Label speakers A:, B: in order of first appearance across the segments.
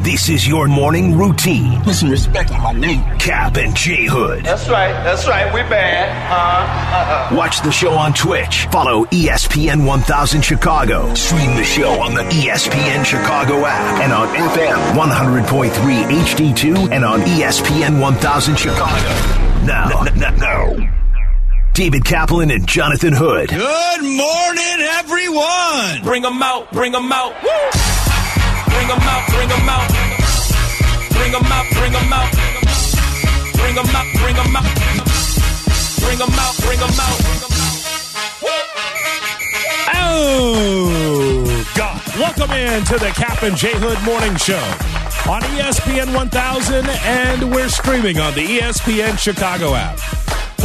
A: This is your morning routine.
B: Put some respect on my name.
A: Cap and J Hood.
C: That's right. That's right. We bad. Uh,
A: uh, uh. Watch the show on Twitch. Follow E ESPN 1000 Chicago. Stream the show on the E ESPN Chicago app and on FM 100.3 HD2 and on E ESPN 1000 Chicago. Now, no, no, no. David Kaplan and Jonathan Hood.
D: Good morning, everyone.
E: Bring them out. Bring them out. Woo! Bring them out. Bring them out. Bring them out. Bring them out. Bring them out. Bring them out. Bring them out. Bring them out.
F: Oh, God. Welcome in to the Cap and J Hood Morning Show on E ESPN 1000, and we're streaming on the E ESPN Chicago app.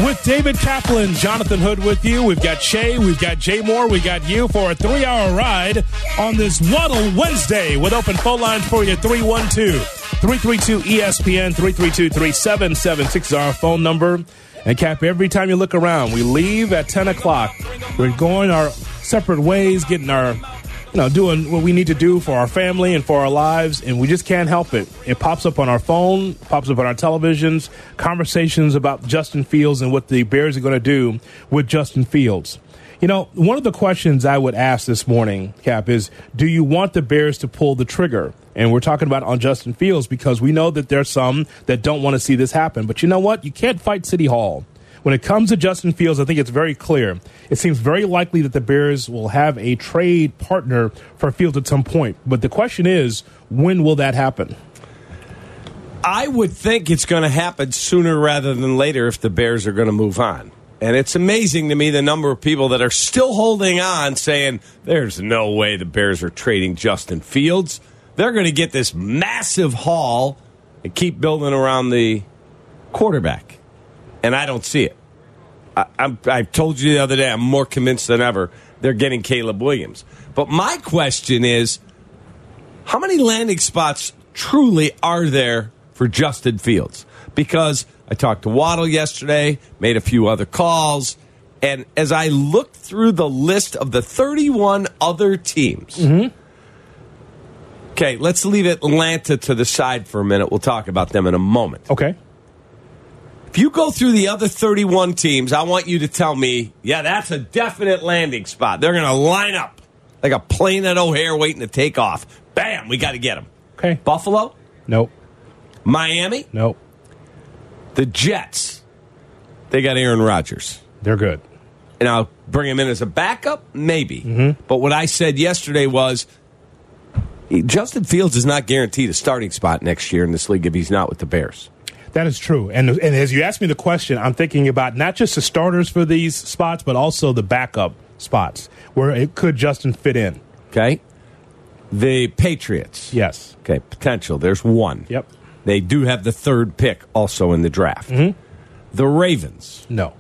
F: With David Kaplan, Jonathan Hood with you. We've got Shay, we've got Jay Moore, we got you for a three hour ride on this Waddle Wednesday with open phone lines for you 312 332 ESPN 332 3776 is our phone number. And Cap, every time you look around, we leave at 10 o'clock. We're going our separate ways, getting our, you know, doing what we need to do for our family and for our lives, and we just can't help it. It pops up on our phone, pops up on our televisions, conversations about Justin Fields and what the Bears are going to do with Justin Fields. You know, one of the questions I would ask this morning, Cap, is do you want the Bears to pull the trigger? And we're talking about on Justin Fields because we know that there's some that don't want to see this happen. But you know what? You can't fight City Hall. When it comes to Justin Fields, I think it's very clear. It seems very likely that the Bears will have a trade partner for Fields at some point. But the question is, when will that happen?
D: I would think it's going to happen sooner rather than later if the Bears are going to move on. And it's amazing to me the number of people that are still holding on saying, there's no way the Bears are trading Justin Fields. They're going to get this massive haul and keep building around the quarterback. And I don't see it. I, I'm, I told you the other day, I'm more convinced than ever they're getting Caleb Williams. But my question is how many landing spots truly are there for Justin Fields? Because I talked to Waddle yesterday, made a few other calls, and as I looked through the list of the 31 other teams,
F: Mm-hmm.
D: okay, let's leave Atlanta to the side for a minute. We'll talk about them in a moment.
F: Okay.
D: If you go through the other 31 teams, I want you to tell me, yeah, that's a definite landing spot. They're going to line up like a plane at O'Hare waiting to take off. Bam, we got to get them.
F: Okay.
D: Buffalo,
F: Nope.
D: Miami,
F: Nope.
D: the Jets. They got Aaron Rodgers.
F: They're good.
D: and I'll bring him in as a backup, maybe. But what I said yesterday was Justin Fields is not guaranteed a starting spot next year in this league if he's not with the Bears.
F: That is true. And, and as you asked me the question, I'm thinking about not just the starters for these spots, but also the backup spots where it could Justin fit in.
D: Okay? The Patriots.
F: Yes.
D: Okay, potential. There's one.
F: Yep.
D: They do have the third pick also in the draft. The Ravens,
F: No.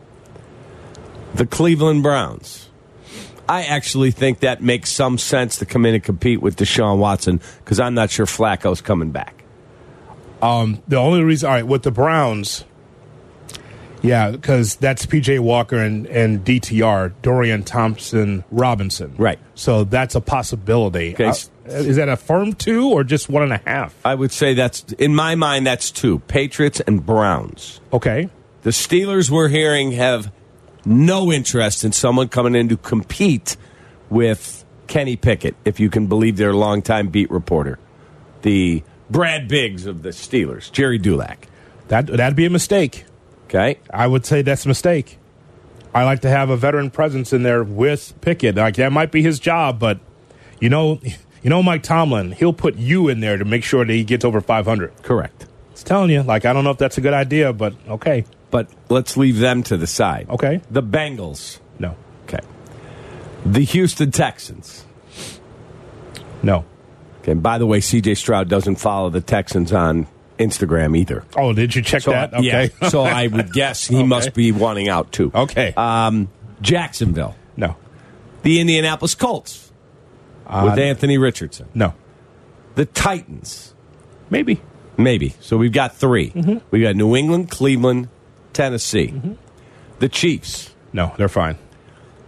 D: the Cleveland Browns. I actually think that makes some sense to come in and compete with Deshaun Watson because I'm not sure Flacco's coming back.
F: Um, The only reason, all right, with the Browns, yeah, because that's PJ Walker and, and DTR, Dorian Thompson Robinson.
D: Right.
F: So that's a possibility.
D: Okay.
F: Uh, is that a firm two or just one and a half?
D: I would say that's in my mind that's two Patriots and Browns.
F: Okay.
D: The Steelers we're hearing have no interest in someone coming in to compete with Kenny Pickett, if you can believe their longtime beat reporter, the Brad Biggs of the Steelers, Jerry Dulac.
F: That, that'd be a mistake.
D: Okay,
F: I would say that's a mistake. I like to have a veteran presence in there with Pickett. Like that might be his job, but you know, you know, Mike Tomlin, he'll put you in there to make sure that he gets over 500.
D: correct.
F: It's telling you, like I don't know if that's a good idea, but okay,
D: But let's leave them to the side.
F: Okay.
D: the Bengals.
F: no,
D: Okay, the Houston Texans.
F: no.
D: Okay, and by the way, C.J. Stroud doesn't follow the Texans on Instagram either.
F: Oh, did you check
D: So
F: that?
D: I-
F: Okay,
D: yeah. so I would guess he
F: Okay.
D: must be wanting out too.
F: okay,
D: Um, Jacksonville,
F: no,
D: the Indianapolis Colts
F: Uh,
D: with Anthony Richardson,
F: no,
D: the Titans,
F: maybe
D: maybe. So we've got 3
F: Mm-hmm.
D: we We've got New England, Cleveland, Tennessee, the Chiefs,
F: no. They're fine.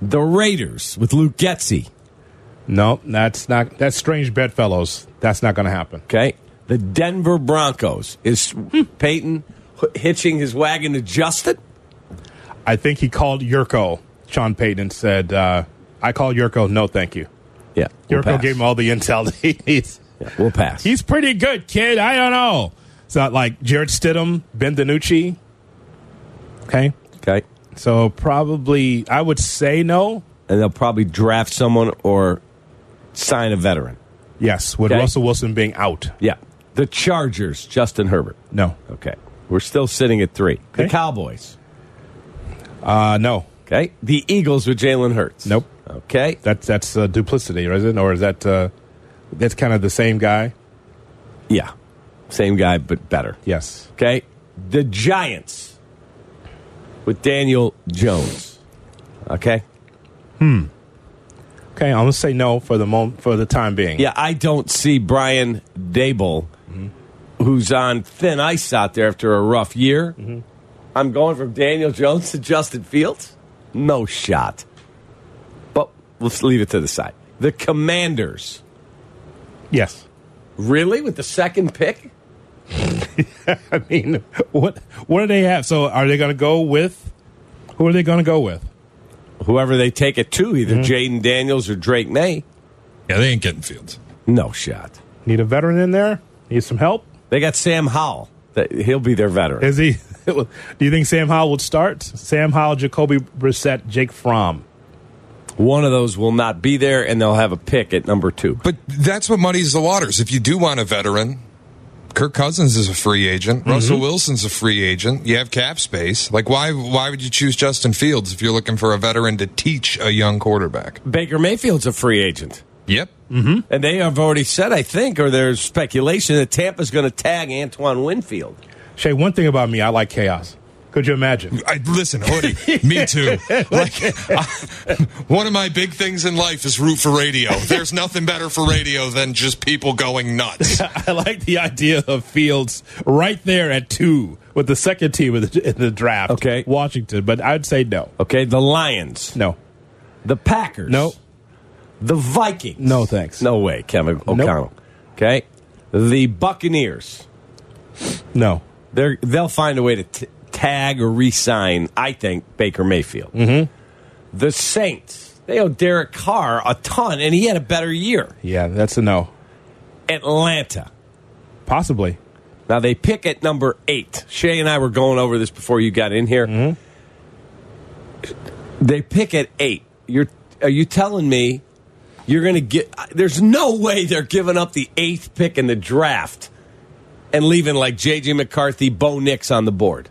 D: the Raiders with Luke Getzey.
F: No, that's not. That's strange bedfellows. That's not going to happen.
D: Okay, the Denver Broncos. Is Peyton h- hitching his wagon to Justin?
F: I think he called Yurko, Sean Payton, and said, uh, I call Yurko, no thank you.
D: Yeah, we'll
F: Yurko
D: pass.
F: gave him all the intel that he needs.
D: Yeah, we'll pass.
F: He's pretty good, kid. I don't know. It's not like Jared Stidham, Ben DiNucci. Okay.
D: okay,
F: So probably, I would say no.
D: and they'll probably draft someone or sign a veteran.
F: Yes. With
D: Okay.
F: Russell Wilson being out,
D: Yeah, the Chargers, Justin Herbert.
F: no.
D: Okay, we're still sitting at three. The
F: Okay.
D: Cowboys.
F: Uh, no.
D: Okay, the Eagles with Jalen Hurts.
F: Nope.
D: Okay,
F: That's that's uh, duplicity, is it? Or is that uh, that's kind of the same guy?
D: yeah, same guy but better.
F: Yes.
D: Okay. The Giants with Daniel Jones. Okay.
F: Okay, I'm gonna say no for the moment, for the time being.
D: Yeah, I don't see Brian Dable, who's on thin ice out there after a rough year. I'm going from Daniel Jones to Justin Fields. No shot. But let's leave it to the side. The Commanders.
F: Yes.
D: Really? With the second pick?
F: I mean, what what do they have? So are they gonna go with? Who are they gonna go with?
D: Whoever they take it to, either Jaden Daniels or Drake May.
G: Yeah, they ain't getting Fields.
D: No shot.
F: Need a veteran in there? Need some help?
D: They got Sam Howell. That- He'll be their veteran.
F: Is he? Do you think Sam Howell would start? Sam Howell, Jacoby Brissett, Jake Fromm.
D: One of those will not be there, and they'll have a pick at number two.
G: But that's what muddies the waters. If you do want a veteran, Kirk Cousins is a free agent. Russell Wilson's a free agent. You have cap space. Like why why would you choose Justin Fields if you're looking for a veteran to teach a young quarterback? Mm-hmm.
D: Baker Mayfield's a free agent.
G: Yep.
D: And they have already said, I think, or there's speculation that Tampa's going to tag Antoine Winfield.
F: Shay, one thing about me, I like chaos. Could you imagine?
G: I, listen, Hoodie, me too. Like, I, one of my big things in life is root for radio. There's nothing better for radio than just people going nuts.
F: I like the idea of Fields right there at two with the second team in the, in the draft.
D: Okay.
F: Washington, but I'd say no,
D: Okay, the Lions,
F: no,
D: the Packers,
F: no,
D: the Vikings.
F: no, thanks,
D: No way, Kevin O'Connell. Okay, the Buccaneers.
F: no.
D: They're, they'll find a way to t- tag or re-sign. I think Baker Mayfield.
F: Mm-hmm.
D: The Saints. They owe Derek Carr a ton, and he had a better year.
F: Yeah, that's a no.
D: Atlanta.
F: Possibly.
D: Now they pick at number eight. Shay and I were going over this before you got in here.
F: Mm-hmm.
D: They pick at eight. You're are you telling me you're going to get? There's no way they're giving up the eighth pick in the draft and leaving like JJ McCarthy, Bo Nix on the board.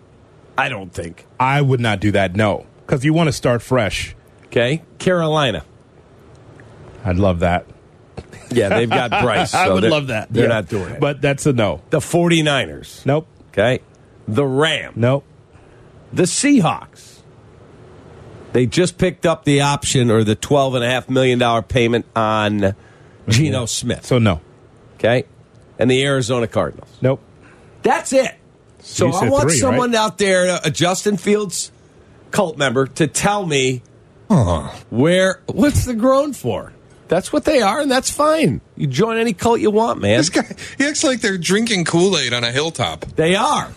D: I don't think.
F: I would not do that. No, because you want to start fresh.
D: Okay, Carolina.
F: I'd love that.
D: Yeah, they've got Bryce.
F: I
D: so
F: would
D: they're-
F: love that.
D: They're
F: Yeah.
D: not doing it. But
F: But that's a no.
D: the 49ers.
F: Nope.
D: Okay, the Rams.
F: Nope.
D: The Seahawks. They just picked up the option or the $12.5 million payment on Geno Smith.
F: So no.
D: Okay. And the Arizona Cardinals.
F: Nope.
D: That's it. So
F: You
D: I
F: said
D: want
F: three,
D: someone
F: right?
D: out there, uh, a Justin Fields cult member, to tell me where, what's the groan for? That's what they are, and that's fine. You join any cult you want, man.
G: This guy, he acts like they're drinking Kool Aid on a hilltop.
D: They are.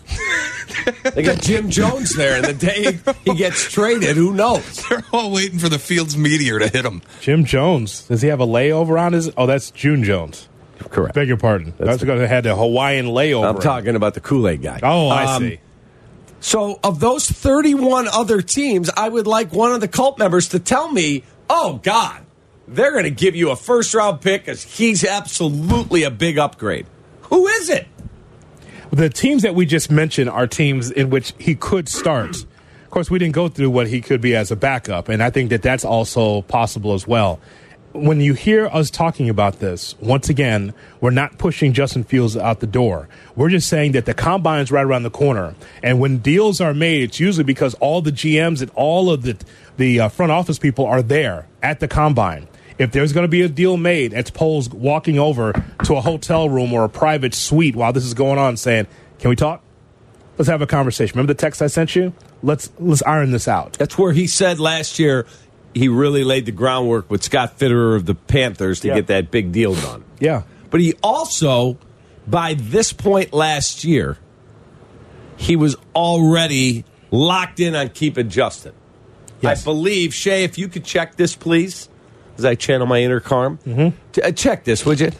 D: they got Jim Jones there, and the day he gets traded, who knows?
G: They're all waiting for the Fields meteor to hit him.
F: Jim Jones. Does he have a layover on his? Oh, that's June Jones.
D: Correct.
F: Beg your pardon. That's, because it had a Hawaiian layover.
D: I'm talking about the Kool Aid guy.
F: Oh, I
D: Um,
F: see.
D: So, of those 31 other teams, I would like one of the cult members to tell me, oh, God, they're going to give you a first round pick because he's absolutely a big upgrade. Who is it?
F: The teams that we just mentioned are teams in which he could start. Of course, we didn't go through what he could be as a backup, and I think that that's also possible as well. When you hear us talking about this, once again, we're not pushing Justin Fields out the door. We're just saying that the combine's right around the corner, and when deals are made, it's usually because all the GMs and all of the the uh, front office people are there at the combine. If there's going to be a deal made, it's polls walking over to a hotel room or a private suite while this is going on, saying, "Can we talk? Let's have a conversation." Remember the text I sent you? Let's let's iron this out.
D: That's where he said last year he really laid the groundwork with Scott Fitterer of the Panthers to
F: Yeah.
D: get that big deal done.
F: Yeah,
D: But he also by this point last year, he was already locked in on keeping Justin. I believe, Shay, if you could check this, please, as I channel my inner Carm.
F: Mm-hmm.
D: T- uh, check this, would you?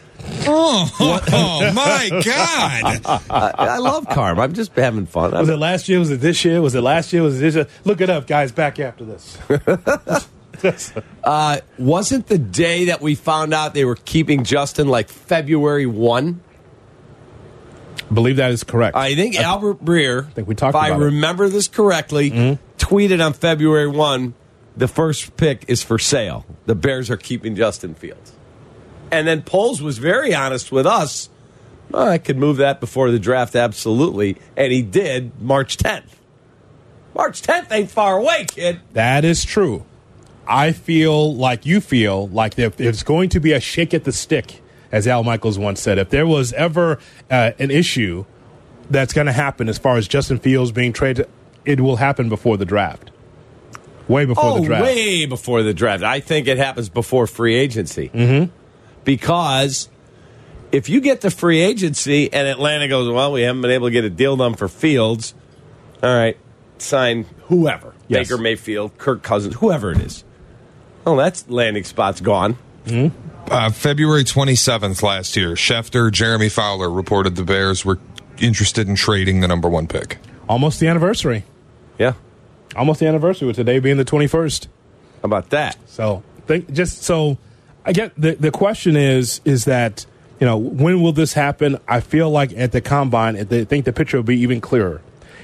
G: Oh, oh my God.
D: I, I love Carm. I'm just having fun. I'm-
F: Was it last year? Was it this year? Was it last year? Was it this year? Look it up, guys. Back after this.
D: Uh, wasn't the day that we found out they were keeping Justin like February 1?
F: Believe that is correct.
D: I think Albert Breer,
F: think we
D: if
F: talked
D: I
F: about it. Mm-hmm.
D: remember this correctly, tweeted on February 1 the first pick is for sale. The Bears are keeping Justin Fields. And then Poles was very honest with us. "Oh, I could move that before the draft, absolutely. And he did March 10th. March 10th ain't far away, kid.
F: That is true. I feel like you feel like there, there's going to be a shake at the stick, as Al Michaels once said. If there was ever uh, an issue that's going to happen as far as Justin Fields being traded, it will happen before the draft. Way before
D: oh,
F: the draft.
D: way before the draft. I think it happens before free agency. Mm-hmm. Because if you get to free agency and Atlanta goes, well, we haven't been able to get a deal done for Fields, all right, sign whoever
F: Yes.
D: Baker Mayfield, Kirk Cousins, whoever it is. Oh, that's landing spot's gone.
G: Uh, February 27th last year, Schefter, Jeremy Fowler reported the Bears were interested in trading the number one pick.
F: Almost the anniversary.
D: Yeah.
F: Almost the anniversary with today being the 21st.
D: How about that?
F: So think just so I get the the question is is that you know when will this happen? I feel like at the combine, I th- think the picture will be even clearer.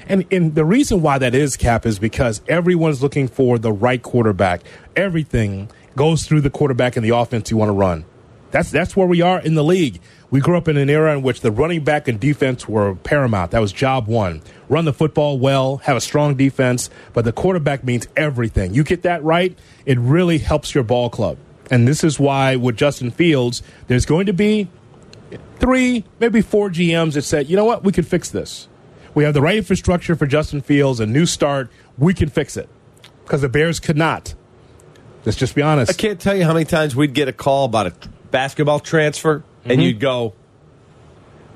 F: And and the reason why that is cap is because everyone's looking for the right quarterback. Everything goes through the quarterback and the offense you want to run. That's that's where we are in the league. We grew up in an era in which the running back and defense were paramount. That was job one. Run the football well, have a strong defense, but the quarterback means everything. You get that right, it really helps your ball club. And this is why with Justin Fields, there's going to be three, maybe four GMs that said, you know what, we can fix this. We have the right infrastructure for Justin Fields, a new start. We can fix it. Because the Bears could not. Let's just be honest.
D: I can't tell you how many times we'd get a call about a tr- basketball transfer, and you'd go,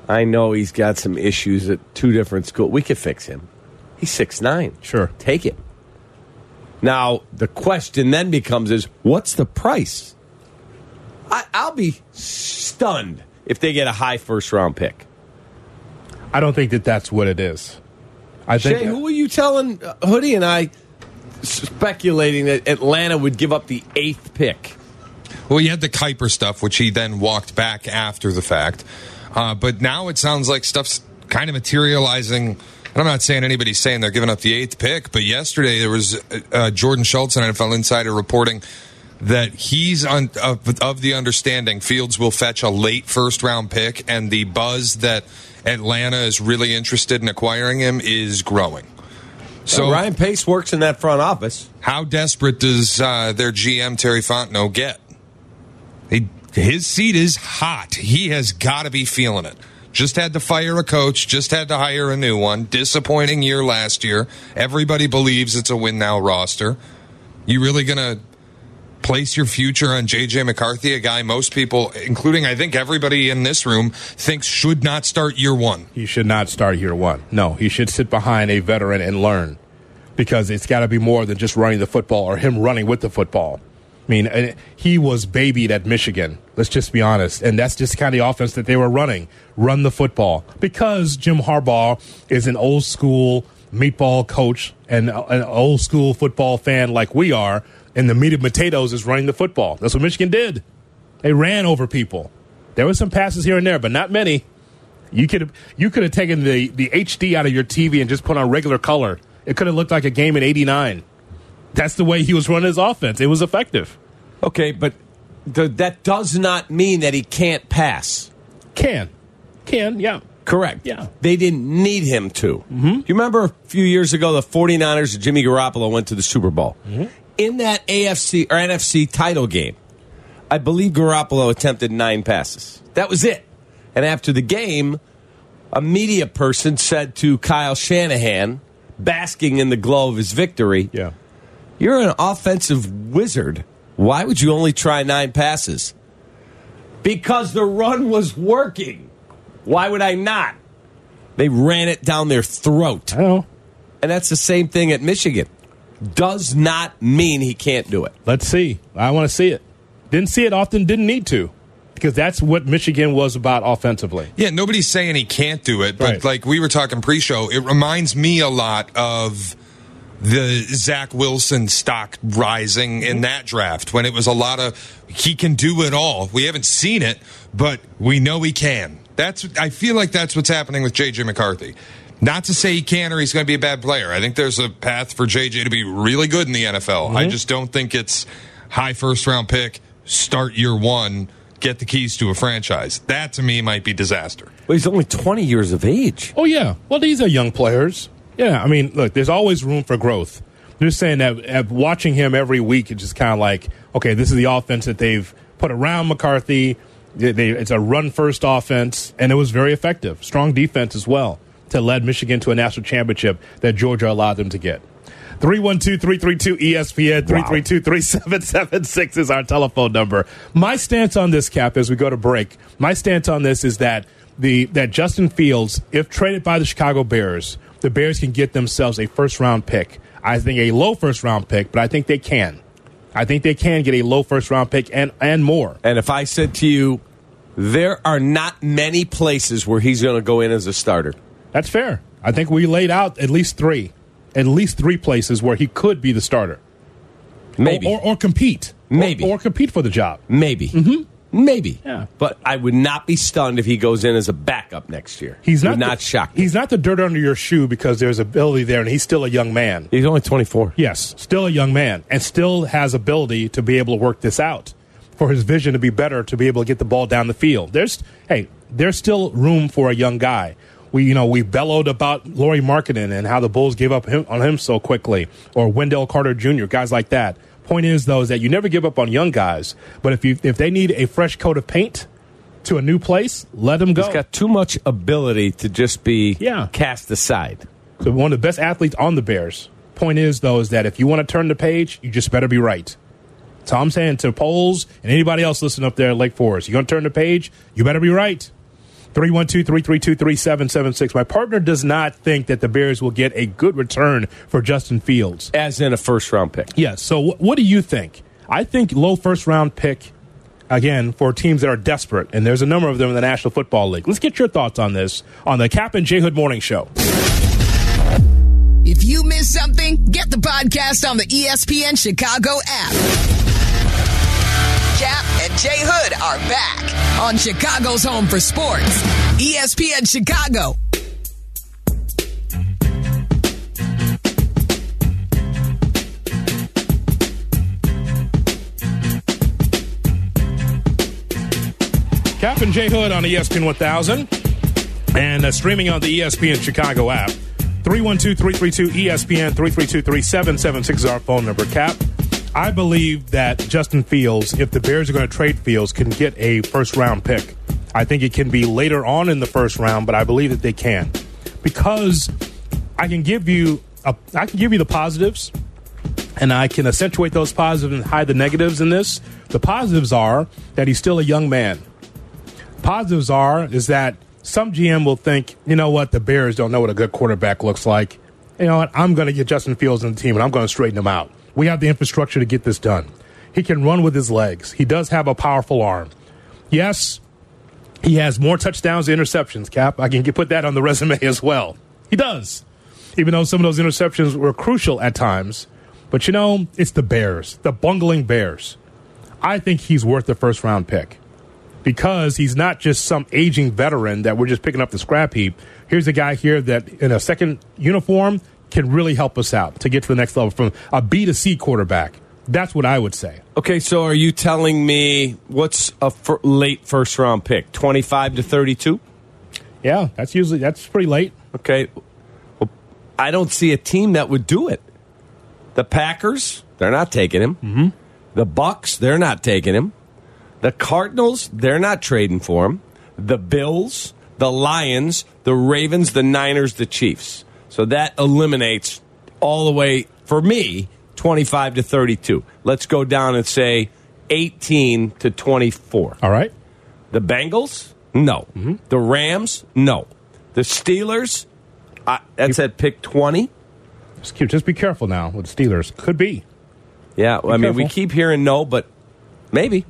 D: "I know he's got some issues at two different schools. We could fix him. He's six nine.
F: Sure.
D: take it." Now the question then becomes: Is what's the price? I, I'll be stunned if they get a high first round pick.
F: I don't think that that's what it is. I think
D: Shay, who are you telling uh, Hoodie and I speculating that Atlanta would give up the eighth pick?
G: Well, you had the Kuiper stuff, which he then walked back after the fact. Uh, but now it sounds like stuff's kind of materializing. And I'm not saying anybody's saying they're giving up the eighth pick, but yesterday there was uh, uh, Jordan Schultz, an NFL insider, reporting that he's on, of, of the understanding Fields will fetch a late first round pick, and the buzz that Atlanta is really interested in acquiring him is growing. So,
D: Ryan Pace works in that front office.
G: how desperate does uh, their GM Terry Fontenot get? He, his seat is hot. He has got to be feeling it. Just had to fire a coach. Just had to hire a new one. Disappointing year last year. Everybody believes it's a win now roster. You really gonna place your future on JJ McCarthy, a guy most people, including I think everybody in this room, thinks should not start year one.
F: he should not start year one. No, he should sit behind a veteran and learn because it's got to be more than just running the football or him running with the football. I mean, eh, he was babied at Michigan. Let's just be honest. And that's just kind of the offense that they were running run the football because Jim Harbaugh is an old school meatball coach and a- an old school football fan like we are. And the meat and potatoes is running the football. That's what Michigan did. They ran over people. There were some passes here and there, but not many. You could you could have taken the, the HD out of your TV and just put on regular color. It could have looked like a game in '89. That's the way he was running his offense. It was effective.
D: Okay, but th- that does not mean that he can't pass.
F: Can, can, yeah.
D: Correct.
F: Yeah.
D: They didn't need him to. Mm-hmm. You remember a few years ago, the 49ers, and Jimmy Garoppolo went to the Super Bowl. In that AFC or NFC title game, I believe Garoppolo attempted nine passes. That was it. And after the game, a media person said to Kyle Shanahan, basking in the glow of his victory,
F: Yeah.
D: You're an offensive wizard. Why would you only try nine passes? Because the run was working. Why would I not? They ran it down their throat.
F: I know.
D: And that's the same thing at Michigan. Does not mean he can't do it.
F: Let's see. I want to see it. Didn't see it often, didn't need to. Because that's what Michigan was about offensively.
G: Yeah, nobody's saying he can't do it, but
F: Right.
G: like we were talking pre-show, it reminds me a lot of the Zach Wilson stock rising in that draft when it was a lot of he can do it all. We haven't seen it, but we know he can. That's I feel like that's what's happening with JJ McCarthy. Not to say he can or he's going to be a bad player. I think there's a path for JJ to be really good in the NFL. I just don't think it's high first round pick, start year one, get the keys to a franchise. That to me might be disaster.
D: Well, he's only 20 years of age.
F: Oh yeah. Well, these are young players. Yeah. I mean, look, there's always room for growth. Just saying that uh, watching him every week, it's just kind of like, okay, this is the offense that they've put around McCarthy. They, they, it's a run first offense, and it was very effective. Strong defense as well to lead Michigan to a national championship that Georgia allowed them to get. E 312-332-ESPN, 332-3776 is our telephone number. My stance on this, Cap, as we go to break, my stance on this is that the that Justin Fields, if traded by the Chicago Bears, the Bears can get themselves a first round pick. I think a low first round pick, but I think they can. I think they can get a low first round pick and, and more.
D: And if I said to you, there are not many places where he's going to go in as a starter.
F: That's fair. I think we laid out at least three. At least three places where he could be the starter.
D: Maybe.
F: Or, or, or compete. Or-
D: Maybe.
F: or compete for the job.
D: Maybe. Mm-hmm. Maybe.
F: Yeah.
D: But I would not be stunned if he goes in as a backup next year.
F: He's not
D: would not
F: the,
D: shocked.
F: He's not the dirt under your shoe because there's ability there, and he's still a young man.
D: he's only 24.
F: Yes, still a young man, and still has ability to be able to work this out for his vision to be better, to be able to get the ball down the field. There's hey, there's still room for a young guy. We you know we bellowed about Laurie Markkinen and how the Bulls gave up him, on him so quickly, or Wendell Carter Jr. Guys like that. Point is though is that you never give up on young guys, but if you if they need a fresh coat of paint to a new place, let them go.
D: He's got too much ability to just be
F: Yeah.
D: cast aside.
F: So one of the best athletes on the Bears. Point is though is that if you want to turn the page, you just better be right. So I'm saying to polls and anybody else listening up there at Lake Forest, you going to turn the page, you better be right. 312-332-3776. My partner does not think that the Bears will get a good return for Justin Fields.
D: As in a first round pick.
F: Yes. So wh- what do you think? I think low first round pick again for teams that are desperate and there's a number of them in the National Football League. Let's get your thoughts on this on the Cap and J Hood Morning Show.
H: If you miss something, get the podcast on the E ESPN Chicago app. Cap and Jay Hood are back on Chicago's Home for Sports, E ESPN Chicago.
F: Cap and J Hood on E ESPN 1000 and uh, streaming on the ESPN Chicago app. 312 332 ESPN 332 3776 is our phone number. Cap, I believe that Justin Fields, if the Bears are going to trade Fields, can get a first round pick. I think it can be later on in the first round, but I believe that they can. Because I can give you a, I can give you the positives and I can accentuate those positives and hide the negatives in this. The positives are that he's still a young man positives are is that some GM will think, you know what, the Bears don't know what a good quarterback looks like. You know what, I'm going to get Justin Fields on the team and I'm going to straighten him out. We have the infrastructure to get this done. He can run with his legs. He does have a powerful arm. Yes, he has more touchdowns than interceptions, Cap. I can get- put that on the resume as well. He does. Even though some of those interceptions were crucial at times. But you know, it's the Bears, the bungling Bears. I think he's worth the first round pick because he's not just some aging veteran that we're just picking up the scrap heap. Here's a guy here that in a second uniform can really help us out to get to the next level from a B to C quarterback. That's what I would say.
D: Okay, so are you telling me what's a fir- late first round pick? 25 to 32?
F: Yeah, that's usually that's pretty late.
D: Okay. Well, I don't see a team that would do it. The Packers, they're not taking him. Mm-hmm. The Bucks, they're not taking him. The Cardinals, they're not trading for him. The Bills, the Lions, the Ravens, the Niners, the Chiefs. So that eliminates all the way for me 25 to 32. Let's go down and say 18 to 24.
F: All right.
D: The Bengals, No.
F: Mm-hmm.
D: The Rams? No. The Steelers? I, that's at pick 20.
F: Just, keep, just be careful now with the Steelers. Could be.
D: Yeah, I mean, we
F: careful. Mm-hmm.
D: keep hearing no, but maybe.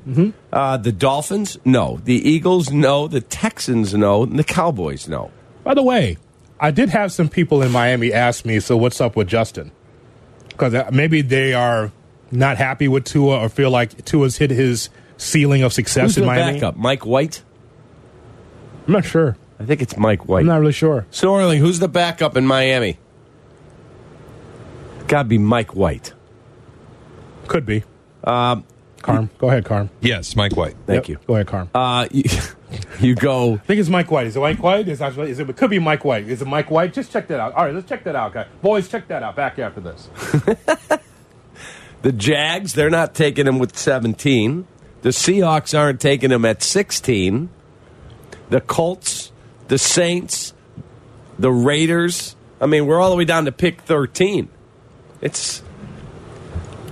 D: Uh, the Dolphins? No. The Eagles? No. The Texans? No. And the Cowboys? No.
F: By the way, I did have some people in Miami ask me, so what's up with Justin? Because maybe they are not happy with Tua or feel like Tua's hit his ceiling of success
D: Who's
F: in
D: the
F: Miami.
D: backup? Mike White?
F: I'm not sure.
D: I think it's Mike White.
F: I'm not really sure.
D: Snorling, who's the backup in Miami? Gotta be Mike White.
F: Could be. Um, Carm, go ahead, Carm.
G: Yes, Mike White.
D: Thank
F: Yep,
D: you.
F: Go ahead, Carm.
D: Uh, you, you go.
F: I think it's Mike White. Is it Mike White? Is, not, is it, it could be Mike White. Is it Mike White? Just check that out. All right, let's check that out, guys. Boys, check that out. Back after this.
D: The Jags, they're not taking him with 17. The Seahawks aren't taking him at 16. The Colts, the Saints, the Raiders. I mean, we're all the way down to pick 13. It's.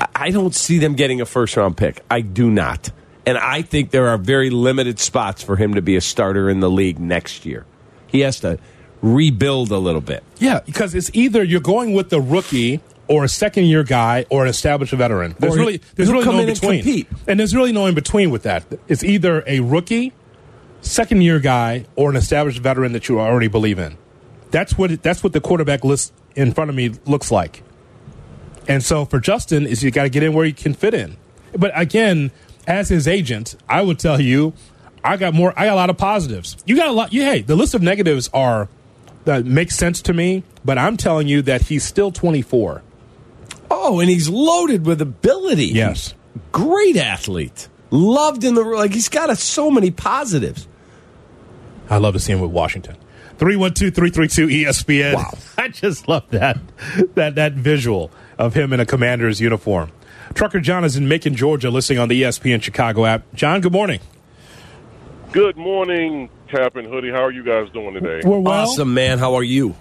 D: I- I don't see them getting a first round pick. I do not. And I think there are very limited spots for him to be a starter in the league next year. He has to rebuild a little bit.
F: Yeah, because it's either you're going with the rookie or a second year guy or an established veteran. There's
D: Or
F: really there's
D: he'll
F: really
D: come
F: no
D: in
F: in
D: and
F: between.
D: compete.
F: And there's really no in between with that. It's either a rookie, second year guy, or an established veteran that you already believe in. That's what it- that's what the quarterback list in front of me looks like. And so for Justin is you got to get in where you can fit in. But again, as his agent, I would tell you, I got more. I got a lot of positives. You got a lot. You, hey, the list of negatives are that makes sense to me. But I'm telling you that he's still 24.
D: Oh, and he's loaded with ability.
F: Yes.
D: Great athlete. Loved in the like he's got a, so many positives.
F: I love to see him with Washington. E 312-332-ESPN. Wow. I just love that that that visual of him in a commander's uniform. Trucker John is in Macon, Georgia, listening on the E ESPN Chicago app. John, good morning.
I: Good morning, Cap and Hoodie. How are you guys doing today?
F: We're well.
D: awesome man, how are you?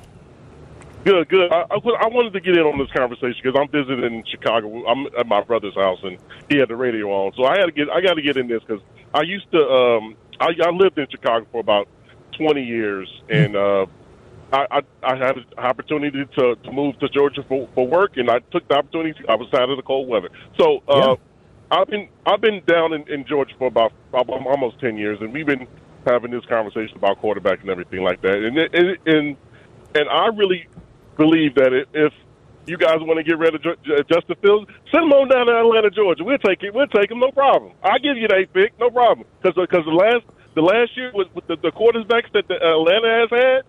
I: Good, good. I, I I wanted to get in on this conversation because I'm visiting Chicago. I'm at my brother's house, and he had the radio on, so I had to get I got to get in this because I used to um I, I lived in Chicago for about 20 years, and uh, I, I I had an opportunity to, to move to Georgia for, for work, and I took the opportunity. I was tired of the cold weather, so uh, I've been I've been down in, in Georgia for about, about almost 10 years, and we've been having this conversation about quarterback and everything like that, and it, and and, and I really believe that it, if you guys want to get rid of Ju- Ju- Justin Fields, send him on down to Atlanta, Georgia. We'll take it. We'll take him. No problem. I give you that pick. No problem. Because the last the last year with, with the, the quarterbacks that the Atlanta has had,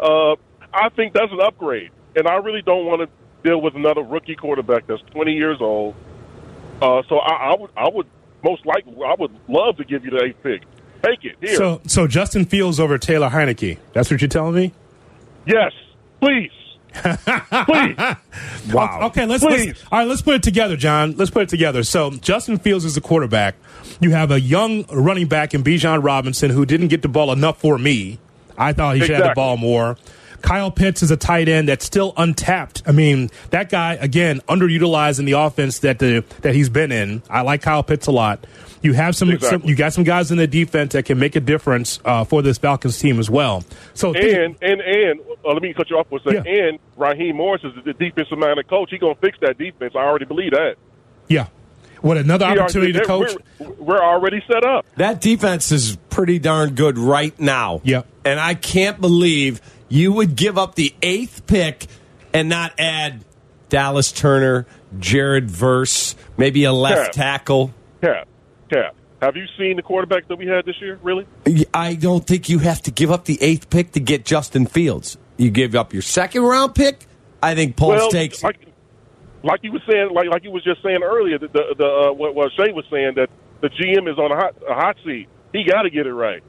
I: uh, I think that's an upgrade. And I really don't want to deal with another rookie quarterback that's 20 years old. Uh, so I, I would I would most likely I would love to give you the eighth pick. Take it here.
F: So, so Justin Fields over Taylor Heineke. That's what you're telling me.
I: yes, please, please.
F: Wow. Okay, let's,
I: Please.
F: let's all right. Let's put it together, John. Let's put it together. So Justin Fields is the quarterback. You have a young running back in Bijan Robinson who didn't get the ball enough for me. I thought he should have the
I: Exactly.
F: ball more. Kyle Pitts is a tight end that's still untapped. I mean, that guy again underutilized in the offense that the that he's been in. I like Kyle Pitts a lot. You have some,
I: Exactly.
F: some you got some guys in the defense that can make a difference uh, for this Falcons team as well. So
I: And and and uh, let me cut you off for a second.
F: Yeah.
I: And Raheem Morris is the defensive minded coach. He's gonna fix that defense. I already believe that.
F: yeah, what another
I: We are-
F: opportunity to
I: we're-
F: coach.
I: We're, we're already set up.
D: That defense is pretty darn good right now.
F: Yep.
D: And I can't believe you would give up the eighth pick and not add Dallas Turner, Jared Verse, maybe a left
I: Yeah.
D: tackle.
I: Cap, Cap. Have you seen the quarterback that we had this year? Really?
D: I don't think you have to give up the eighth pick to get Justin Fields. You give up your second round pick. I think Paul takes.
I: like, like you were saying, like like you was just saying earlier, that the the uh, what, what Shay was saying that the GM is on a hot, a hot seat. He got to get it right.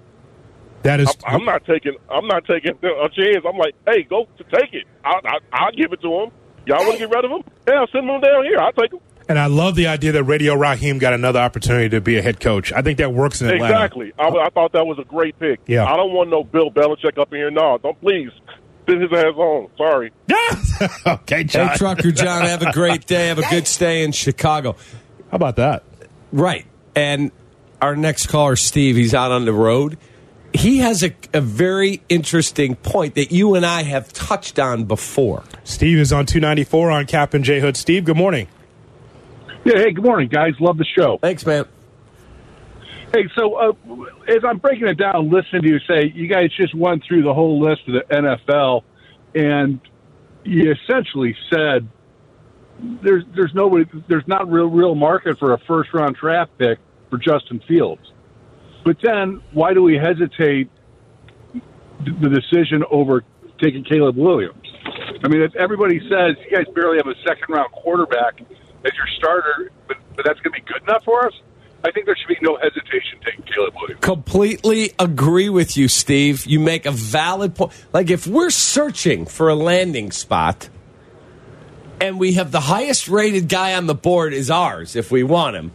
F: That is,
I: I'm, I'm not taking. I'm not taking a chance. I'm like, hey, go to take it. I, I, I'll give it to him. Y'all want to get rid of him? Yeah, send him down here. I'll take him.
F: And I love the idea that Radio Raheem got another opportunity to be a head coach. I think that works in Atlanta.
I: Exactly. I, I thought that was a great pick.
F: Yeah.
I: I don't want no Bill Belichick up in here. No, don't please. Send his ass home. Sorry.
F: okay, John.
D: Hey, Trucker John, have a great day. Have a good stay in Chicago.
F: How about that?
D: Right. And our next caller, Steve, he's out on the road. he has a, a very interesting point that you and I have touched on before.
F: Steve is on 294 on Captain J Hood. Steve, good morning.
J: Yeah, hey, good morning, guys. Love the show.
D: Thanks, man.
J: Hey, so uh, as I'm breaking it down, listening to you say, you guys just went through the whole list of the NFL, and you essentially said there's there's nobody, there's not real real market for a first round draft pick for Justin Fields. But then, why do we hesitate the decision over taking Caleb Williams? I mean, if everybody says you guys barely have a second round quarterback as your starter, but, but that's going to be good enough for us. I think there should be no hesitation taking Caleb Williams.
D: Completely agree with you, Steve. You make a valid point. Like, if we're searching for a landing spot and we have the highest rated guy on the board is ours if we want him,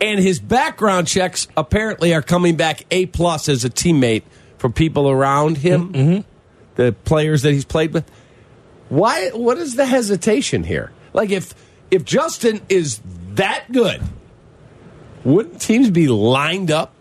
D: and his background checks apparently are coming back A plus as a teammate from people around him, the players that he's played with. Why? What is the hesitation here? Like if if Justin is that good, wouldn't teams be lined up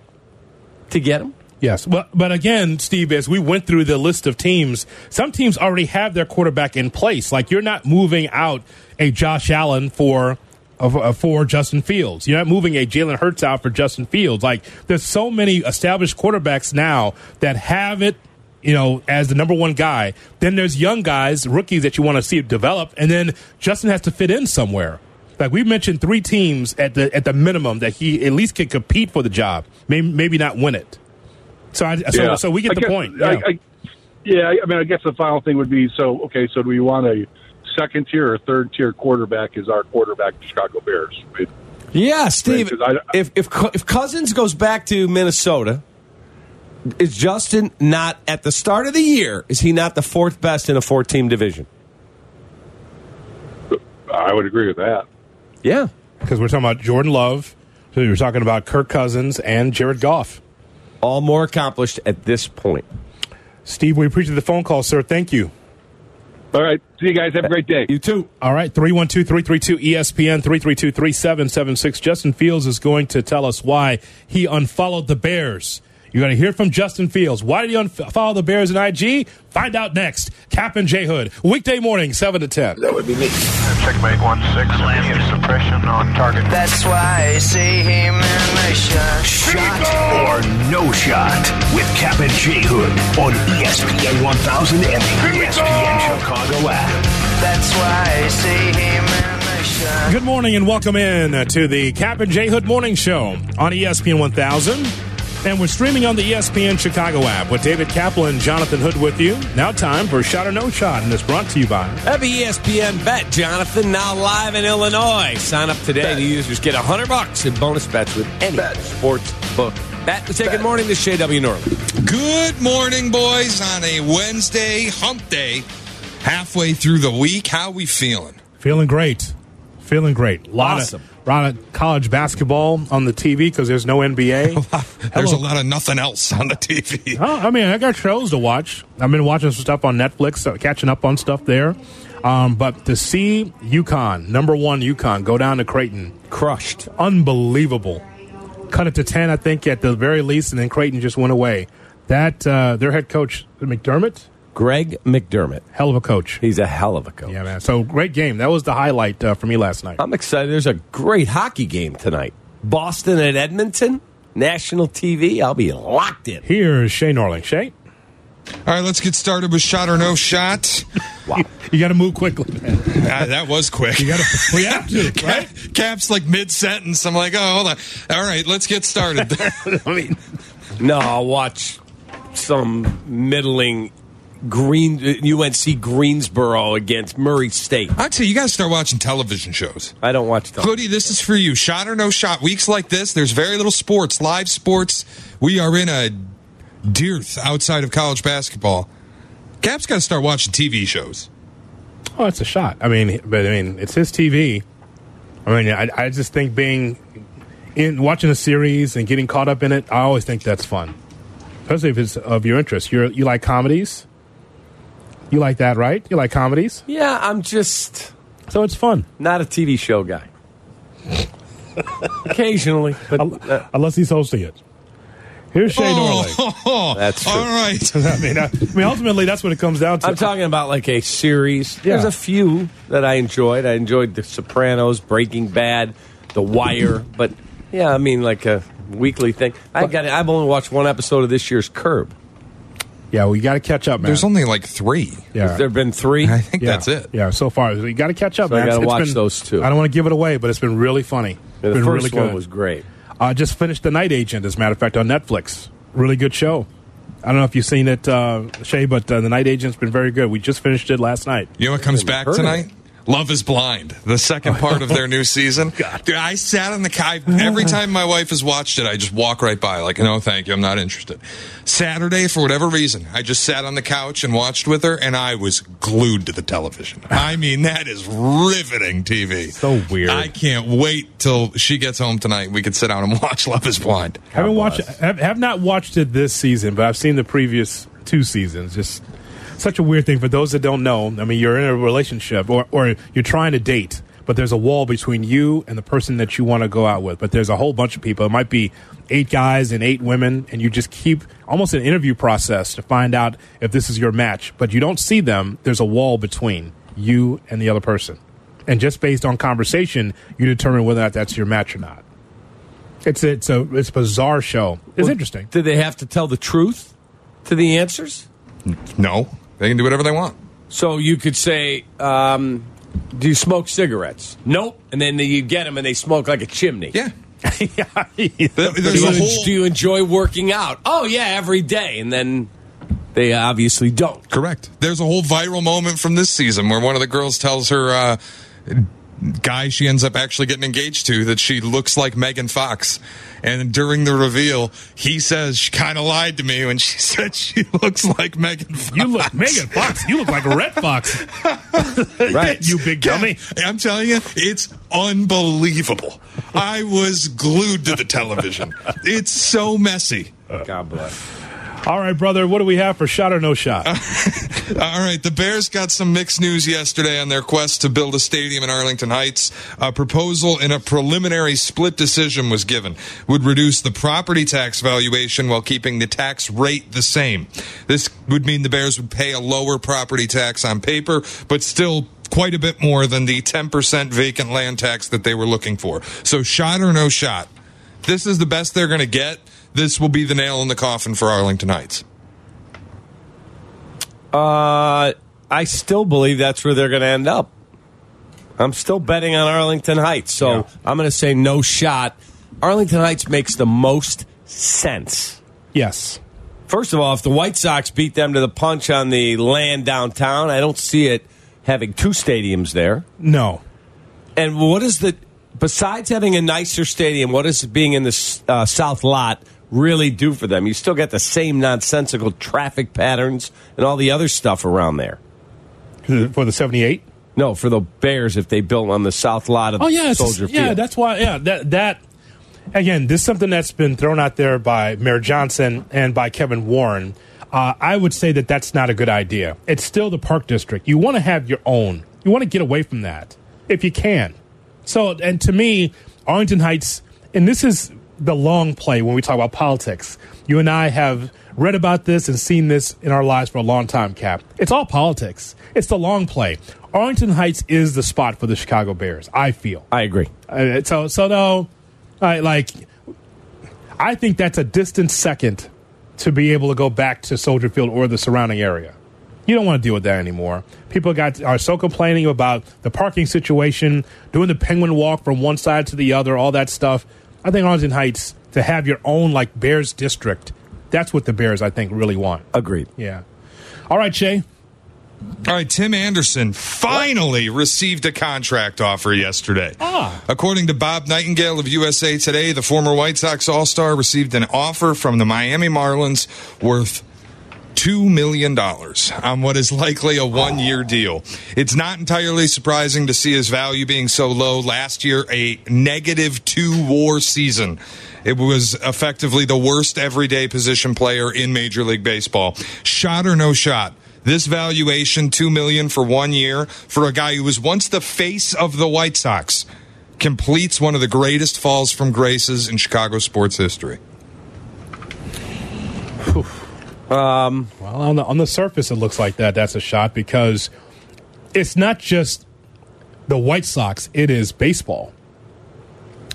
D: to get him?
F: Yes, but but again, Steve, as we went through the list of teams, some teams already have their quarterback in place. Like you're not moving out a Josh Allen for of- uh, for Justin Fields. You're not moving a Jalen Hurts out for Justin Fields. Like there's so many established quarterbacks now that have it. You know, as the number one guy, then there's young guys, rookies that you want to see develop, and then Justin has to fit in somewhere. Like we mentioned, three teams at the at the minimum that he at least can compete for the job, maybe, maybe not win it. So, I, so, so we get
J: I
F: the
J: guess-
F: point.
J: I,
F: Yeah.
J: I, yeah, I mean, I guess the final thing would be so, okay, so do we want a second tier or third tier quarterback as our quarterback, the Chicago Bears? I mean,
D: Yeah, Steve.
J: Right, 'cause I-
D: if, if Cou- if Cousins goes back to Minnesota, is Justin not at the start of the year? Is he not the fourth best in a four team division?
J: I would agree with that.
D: Yeah,
F: because we're talking about Jordan Love, who we were talking about Kirk Cousins and Jared Goff.
D: all more accomplished at this point.
F: Steve, we appreciate the phone call, sir. Thank you.
J: All right. See you guys. Have a great day.
D: You too.
F: All right, 312 332 ESPN 332 3776. Justin Fields is going to tell us why he unfollowed the Bears. You're going to hear from Justin Fields. Why did he unfollow the Bears in IG? Find out next. Cap and J Hood, weekday morning, 7 to 10.
C: Uh-uh.
K: Checkmate one six. suppression on target.
C: That's why I see him in the shot.
A: Shot or no shot with Cap and J Hood on E ESPN 1000 and the E ESPN Chicago app.
C: That's why I see him in the shot.
F: Good morning and welcome in to the Cap and J Hood Morning Show on E ESPN 1000. And we're streaming on the E ESPN Chicago app with David Kaplan and Jonathan Hood with you. Now, time for Shot or No Shot, and it's brought to you by
D: Heavy ESPN bet, Jonathan. Now live in Illinois. Sign up today. The users get hundred bucks in bonus bets with any sports book. Bet. Let's say good morning to Shea W. Norland.
G: Good morning, boys, on a Wednesday hump day, halfway through the week. How we feeling?
F: Feeling Great. Feeling Great. Lot
D: Awesome.
F: Of, lot of college basketball on the TV because there's no NBA.
G: There's a lot of nothing else on the TV.
F: Oh, I mean, I got shows to watch. I've been watching some stuff on Netflix, so catching up on stuff there. Um, but to see UConn, number one UConn, go down to Creighton.
D: Crushed.
F: unbelievable. Cut it to ten, I think, at the very least, and then Creighton just went away. That uh, their head coach McDermott,
D: Greg McDermott.
F: hell of a coach.
D: He's a hell of a coach.
F: Yeah, man. So great game. That was the highlight uh, for me last night.
D: I'm excited. There's a great hockey game tonight. Boston at Edmonton, national TV. I'll be locked in.
F: Here is Shay Norling. Shay,
G: All right, let's get started with shot or no shot.
F: you got to move quickly. Man.
G: Ah, that was quick. You gotta,
F: We have to, right?
G: Cap's like mid sentence. I'm like, oh, hold on. All right, let's get started.
F: I mean,
D: No, I'll watch some middling Green uh, UNC Greensboro against Murray State.
G: I'd say you guys start watching television shows.
D: I don't watch television.
G: Hoodie, this is for you. Shot or no shot. Weeks like this, there's very little sports, live sports. We are in a dearth outside of college basketball. Cap's got to start watching TV shows.
F: oh, it's a shot. I mean, but I mean, it's his TV. I mean, I, I just think being in watching a series and getting caught up in it, I always think that's fun, especially if it's of your interest. You're, you like comedies. You like that, right? You like comedies.
D: Yeah, I'm just
F: So it's fun.
D: not a TV show guy. Occasionally, but Uh,
F: Unless he's hosting it. Here's Shane
D: Oh.
G: Orley.
D: That's true.
G: Oh, All right.
F: I mean, I, I mean, ultimately, that's what it comes down to.
D: I'm talking about like a series. There's a few that I enjoyed. I enjoyed The Sopranos, Breaking Bad, The Wire, but yeah, I mean like a weekly thing. I got. I've only watched one episode of this year's Curb.
F: yeah, we got to catch up, man.
G: There's only like three.
F: yeah.
D: There's been three.
G: I think
F: Yeah.
G: that's it.
F: Yeah, so far you got to catch up.
D: So I
F: man.
D: gotta
F: It's
D: watch
F: been-
D: those two.
F: I don't want to give it away, but it's been really funny.
D: Yeah, the
F: been
D: first
F: really
D: one
F: good.
D: was great.
F: I just finished The Night Agent, as a matter of fact, on Netflix. Really good show. I don't know if you've seen it, uh, Shay, but uh, The Night Agent's been very good. We just finished it last night.
G: You know what comes back
D: heard of
G: tonight? Love is Blind, the
D: Oh,
G: second part of their new season. Dude, I sat on the couch. Every time my wife has watched it, I just walk right by, like, no, thank you, I'm not interested. Saturday, for whatever reason, I just sat on the couch and watched with her, and I was glued to the television. I mean, that is riveting TV.
F: So weird.
G: I can't wait till she gets home tonight. We could sit down and watch Love is Blind.
F: Haven't watched, have, have not watched it this season, but I've seen the previous two seasons. Just such a weird thing for those that don't know. I mean, you're in a relationship or, or you're trying to date, but there's a wall between you and the person that you want to go out with. But there's a whole bunch of people. It might be eight guys and eight women, and you just keep almost an interview process to find out if this is your match. But you don't see them. There's a wall between you and the other person, and just based on conversation, you determine whether or not that's your match or not. It's it's a it's a bizarre show. It's interesting.
D: Did they have to tell the truth to the answers?
G: No, they can do whatever they want.
D: So you could say, um, "Do you smoke cigarettes?" Nope. And then you get them, and they smoke like a chimney.
G: Yeah.
F: yeah,
G: There- There's
D: Do
G: a
D: you,
G: whole.
D: do you enjoy working out? Oh yeah, every day. And then they obviously don't.
G: Correct. There's a whole viral moment from this season where one of the girls tells her uh, guy she ends up actually getting engaged to that she looks like Megan Fox. And during the reveal, he says she kind of lied to me when she said she looks like Megan Fox.
F: you look Megan Fox. You look like a red fox.
D: Right.
F: you big dummy.
G: I'm telling you, it's unbelievable. I was glued to the television. It's so messy.
D: God bless.
F: All right, brother. What do we have for shot or no shot?
G: All right, the Bears got some mixed news yesterday on their quest to build a stadium in Arlington Heights. A proposal in a preliminary split decision was given, would reduce the property tax valuation while keeping the tax rate the same. This would mean the Bears would pay a lower property tax on paper, but still quite a bit more than the 10% vacant land tax that they were looking for. So, shot or no shot, this is the best they're going to get. This will be the nail in the coffin for Arlington Heights.
D: Uh, I still believe that's where they're going to end up. I'm still betting on Arlington Heights, so I'm going to say no shot. Arlington Heights makes the most sense.
F: yes.
D: First of all, if the White Sox beat them to the punch on the land downtown, I don't see it having two stadiums there.
F: No.
D: And what is the besides having a nicer stadium? What does being in the uh, south lot really do for them? You still get the same nonsensical traffic patterns and all the other stuff around there.
F: For the seventy-eight.
D: No, for the Bears if they built on the south lot of
F: Oh yeah, it's just-
D: Soldier
F: yeah.
D: Field.
F: That's why. Yeah, that that again. This is something that's been thrown out there by Mayor Johnson and by Kevin Warren. Uh, I would say that that's not a good idea. It's still the park district. You want to have your own. You want to get away from that if you can. So, and to me, Arlington Heights, and this is the long play when we talk about politics. You and I have read about this and seen this in our lives for a long time, Cap. It's all politics, it's the long play. Arlington Heights is the spot for the Chicago Bears, I feel.
D: I agree.
F: Uh, so, so no, I, like, I think that's a distant second to be able to go back to Soldier Field or the surrounding area. You don't want to deal with that anymore. People got are so complaining about the parking situation, doing the penguin walk from one side to the other, all that stuff. I think Arlington Heights to have your own like Bears district. That's what the Bears, I think, really want.
D: Agreed.
F: Yeah. All right, Shay.
G: All right, Tim Anderson finally received a contract offer yesterday. Ah. According to Bob Nightingale of USA Today, the former White Sox All Star received an offer from the Miami Marlins worth $2 million on what is likely a one year deal. It's not entirely surprising to see his value being so low. Last year, a negative two war season. It was effectively the worst everyday position player in Major League Baseball. Shot or no shot? This valuation, two million for one year, for a guy who was once the face of the White Sox, completes one of the greatest falls from graces in Chicago sports history.
D: Um,
F: well, on the on the surface, it looks like that. That's a shot because it's not just the White Sox; it is baseball.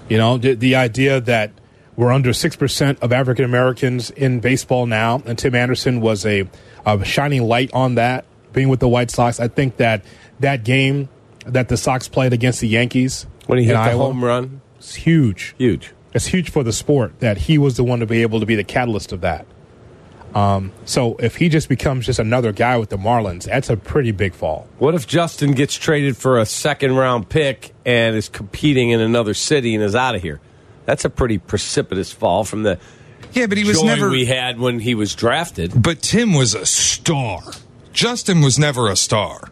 F: You know, the, the idea that we're under six percent of African Americans in baseball now, and Tim Anderson was a, a shining light on that. Being with the White Sox, I think that that game that the Sox played against the Yankees
D: when he
F: in
D: hit the
F: Iowa,
D: home run,
F: it's huge,
D: huge.
F: It's huge for the sport that he was the one to be able to be the catalyst of that. Um, so if he just becomes just another guy with the Marlins, that's a pretty big fall.
D: What if Justin gets traded for a second round pick and is competing in another city and is out of here? That's a pretty precipitous fall from the
G: yeah, but he was
D: joy
G: never-
D: we had when he was drafted.
G: But Tim was a star. Justin was never a star.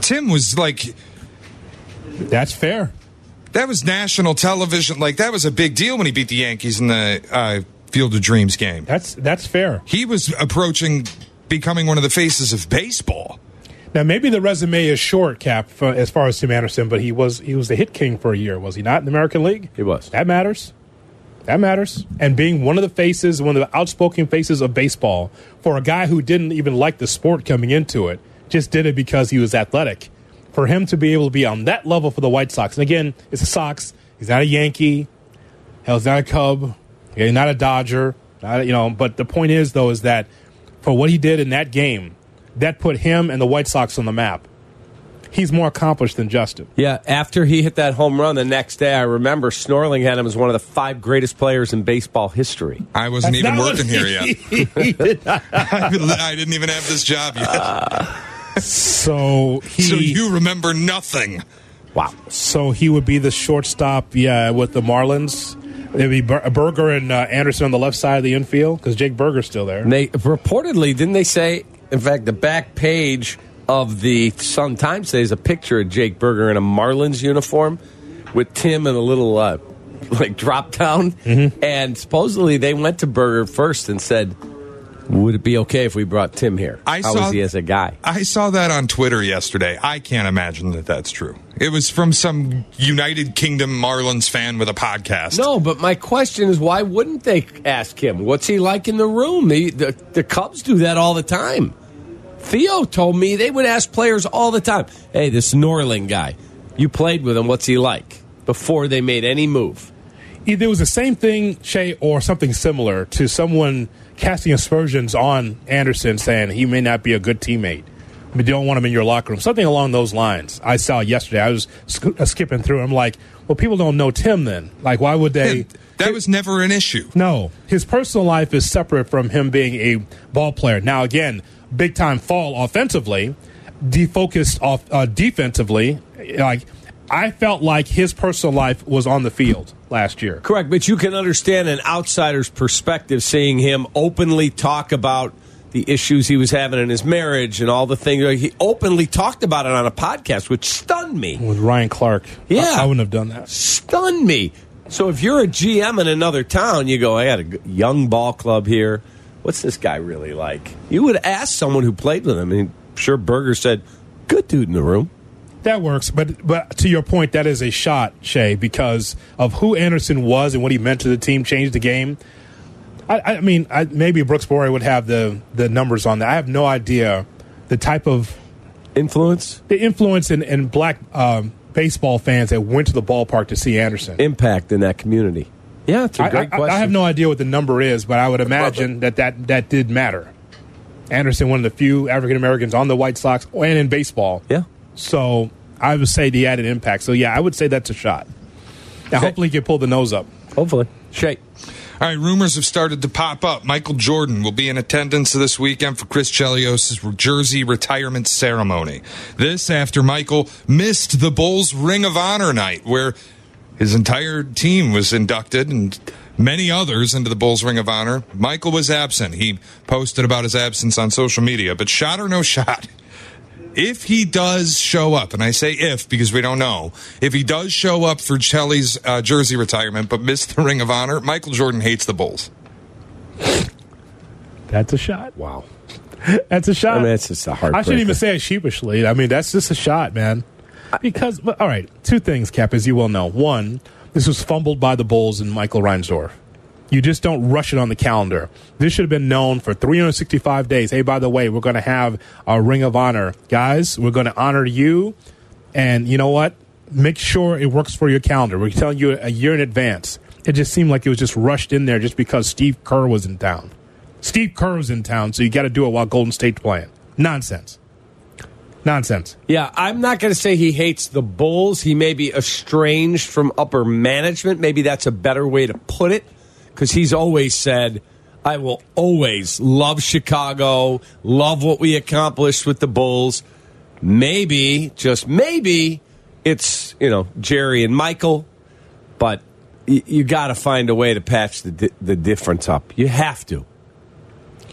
G: Tim was like.
F: That's fair.
G: That was national television. Like, that was a big deal when he beat the Yankees in the uh, Field of Dreams game.
F: That's, that's fair.
G: He was approaching becoming one of the faces of baseball.
F: Now maybe the resume is short, Cap, for, as far as Tim Anderson, but he was he was the hit king for a year, was he not in the American League?
D: He was.
F: That matters. That matters. And being one of the faces, one of the outspoken faces of baseball, for a guy who didn't even like the sport coming into it, just did it because he was athletic. For him to be able to be on that level for the White Sox, and again, it's the Sox. He's not a Yankee. Hell, he's not a Cub. He's not a Dodger. Not, you know, but the point is though is that for what he did in that game, that put him and the White Sox on the map. He's more accomplished than Justin.
D: Yeah, after he hit that home run the next day, I remember Snorling had him as one of the five greatest players in baseball history.
G: I wasn't
D: That's
G: even
D: not what
G: working here yet.
D: he- he did not-
G: I li- I didn't even have this job yet.
F: So he
G: so you remember nothing.
D: Wow.
F: So he would be the shortstop, yeah, with the Marlins. It'd be Bur- Berger and uh, Anderson on the left side of the infield because Jake Berger's still there.
D: And they reportedly didn't they say? In fact, the back page of the Sun Times today is a picture of Jake Berger in a Marlins uniform with Tim and a little uh, like drop down.
G: Mm-hmm.
D: And supposedly they went to Berger first and said, "Would it be okay if we brought Tim here?
G: I
D: How
G: saw-
D: is he as a guy?"
G: I saw that on Twitter yesterday. I can't imagine that that's true. It was from some United Kingdom Marlins fan with a podcast.
D: No, but my question is, why wouldn't they ask him? What's he like in the room? The, the, the Cubs do that all the time. Theo told me they would ask players all the time, "Hey, this Norling guy, you played with him. What's he like?" Before they made any move.
F: Either it was the same thing, Shay, or something similar to someone casting aspersions on Anderson, saying he may not be a good teammate. We don't want him in your locker room. Something along those lines. I saw yesterday. I was sk- uh, skipping through. I'm like, well, people don't know Tim then. Like, why would they?
G: That was never an issue.
F: No, his personal life is separate from him being a ball player. Now, again, big time fall offensively, defocused off uh, defensively. Like I felt like his personal life was on the field last year.
D: Correct, but you can understand an outsider's perspective seeing him openly talk about the issues he was having in his marriage and all the things. Like, He openly talked about it on a podcast, which stunned me.
F: With Ryan Clark,
D: Yeah.
F: I, I wouldn't have done that.
D: stunned me. So if you're a GM in another town, you go, I got a g- young ball club here. What's this guy really like? You would ask someone who played with him. And sure, Berger said, good dude in the room.
F: That works, but but to your point, that is a shot, Shay, because of who Anderson was and what he meant to the team, changed the game. I, I mean, I, maybe Brooks Bory would have the the numbers on that. I have no idea the type of
D: Influence,
F: the influence in, in black um, baseball fans that went to the ballpark to see Anderson.
D: impact in that community. Yeah, it's a
F: I,
D: great
F: I-
D: question.
F: I have no idea what the number is, but I would imagine that that, that did matter. Anderson, one of the few African Americans on the White Sox and in baseball.
D: Yeah.
F: So I would say he had an impact. So yeah, I would say that's a shot. Now, hopefully, he can pull the nose up.
D: Hopefully. Shake.
G: All right, rumors have started to pop up. Michael Jordan will be in attendance this weekend for Chris Chelios' jersey retirement ceremony. This after Michael missed the Bulls Ring of Honor night, where his entire team was inducted and many others into the Bulls Ring of Honor. Michael was absent. He posted about his absence on social media, but shot or no shot, if he does show up, and I say if because we don't know, if he does show up for Chelly's uh, jersey retirement but missed the Ring of Honor, Michael Jordan hates the Bulls.
F: That's a shot.
D: Wow.
F: That's a shot.
D: I mean, it's just a heartbreaker.
F: I shouldn't even say it sheepishly. I mean, that's just a shot, man. Because, but, all right, two things, Cap, as you well know. One, this was fumbled by the Bulls and Michael Reinsdorf. You just don't rush it on the calendar. This should have been known for 365 days. Hey, by the way, we're going to have a Ring of Honor. Guys, we're going to honor you. And you know what? Make sure it works for your calendar. We're telling you a year in advance. It just seemed like it was just rushed in there just because Steve Kerr was in town. Steve Kerr was in town, so you got to do it while Golden State's playing. Nonsense. Nonsense.
D: Yeah, I'm not going to say he hates the Bulls. He may be estranged from upper management. Maybe that's a better way to put it because he's always said, I will always love Chicago, love what we accomplished with the Bulls. Maybe, just maybe, it's, you know, Jerry and Michael, but y- you got to find a way to patch the, di- the difference up. You have to.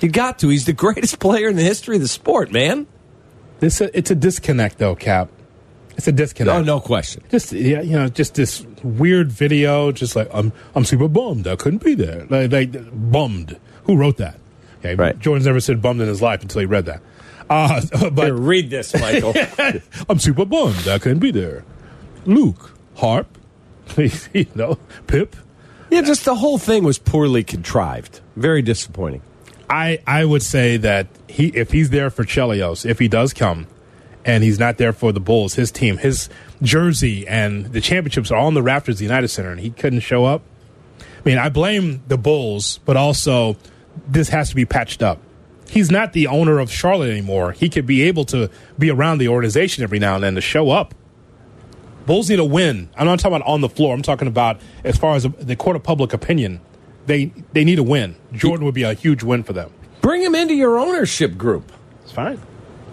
D: You got to. He's the greatest player in the history of the sport, man.
F: This it's a disconnect though, Cap. It's a disconnect.
D: Oh, no question.
F: Just yeah, you know, just this weird video. Just like I'm, I'm super bummed. I couldn't be there. Like, like bummed. Who wrote that? Okay, right. Jordan's never said bummed in his life until he read that. Uh, but
D: Here, read this, Michael.
F: I'm super bummed. I couldn't be there. Luke Harp, you know, Pip.
D: Yeah, just the whole thing was poorly contrived. Very disappointing.
F: I I would say that he if he's there for Chelios, if he does come, and he's not there for the Bulls, his team, his jersey, and the championships are all in the Raptors, of the United Center, and he couldn't show up. I mean, I blame the Bulls, but also this has to be patched up. He's not the owner of Charlotte anymore. He could be able to be around the organization every now and then to show up. Bulls need a win. I'm not talking about on the floor. I'm talking about as far as the court of public opinion. They they need a win. Jordan would be a huge win for them.
D: Bring him into your ownership group.
F: It's fine.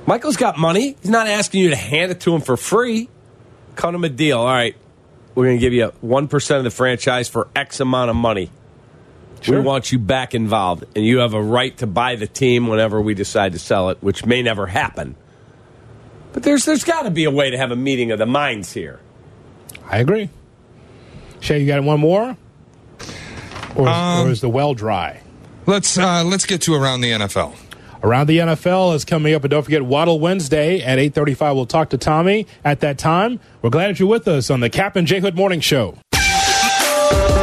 D: Michael's got money. He's not asking you to hand it to him for free. Cut him a deal. All right, we're going to give you 1% of the franchise for X amount of money. We want you back involved, and you have a right to buy the team whenever we decide to sell it, which may never happen. But there's there's got to be a way to have a meeting of the minds here.
F: I agree. Shay, you got one more, or, is- or is the well dry?
G: Let's uh, let's get to around the NFL.
F: Around the NFL is coming up, and don't forget Waddle Wednesday at 8:35. We'll talk to Tommy at that time. We're glad that you're with us on the Cap and J Hood Morning Show.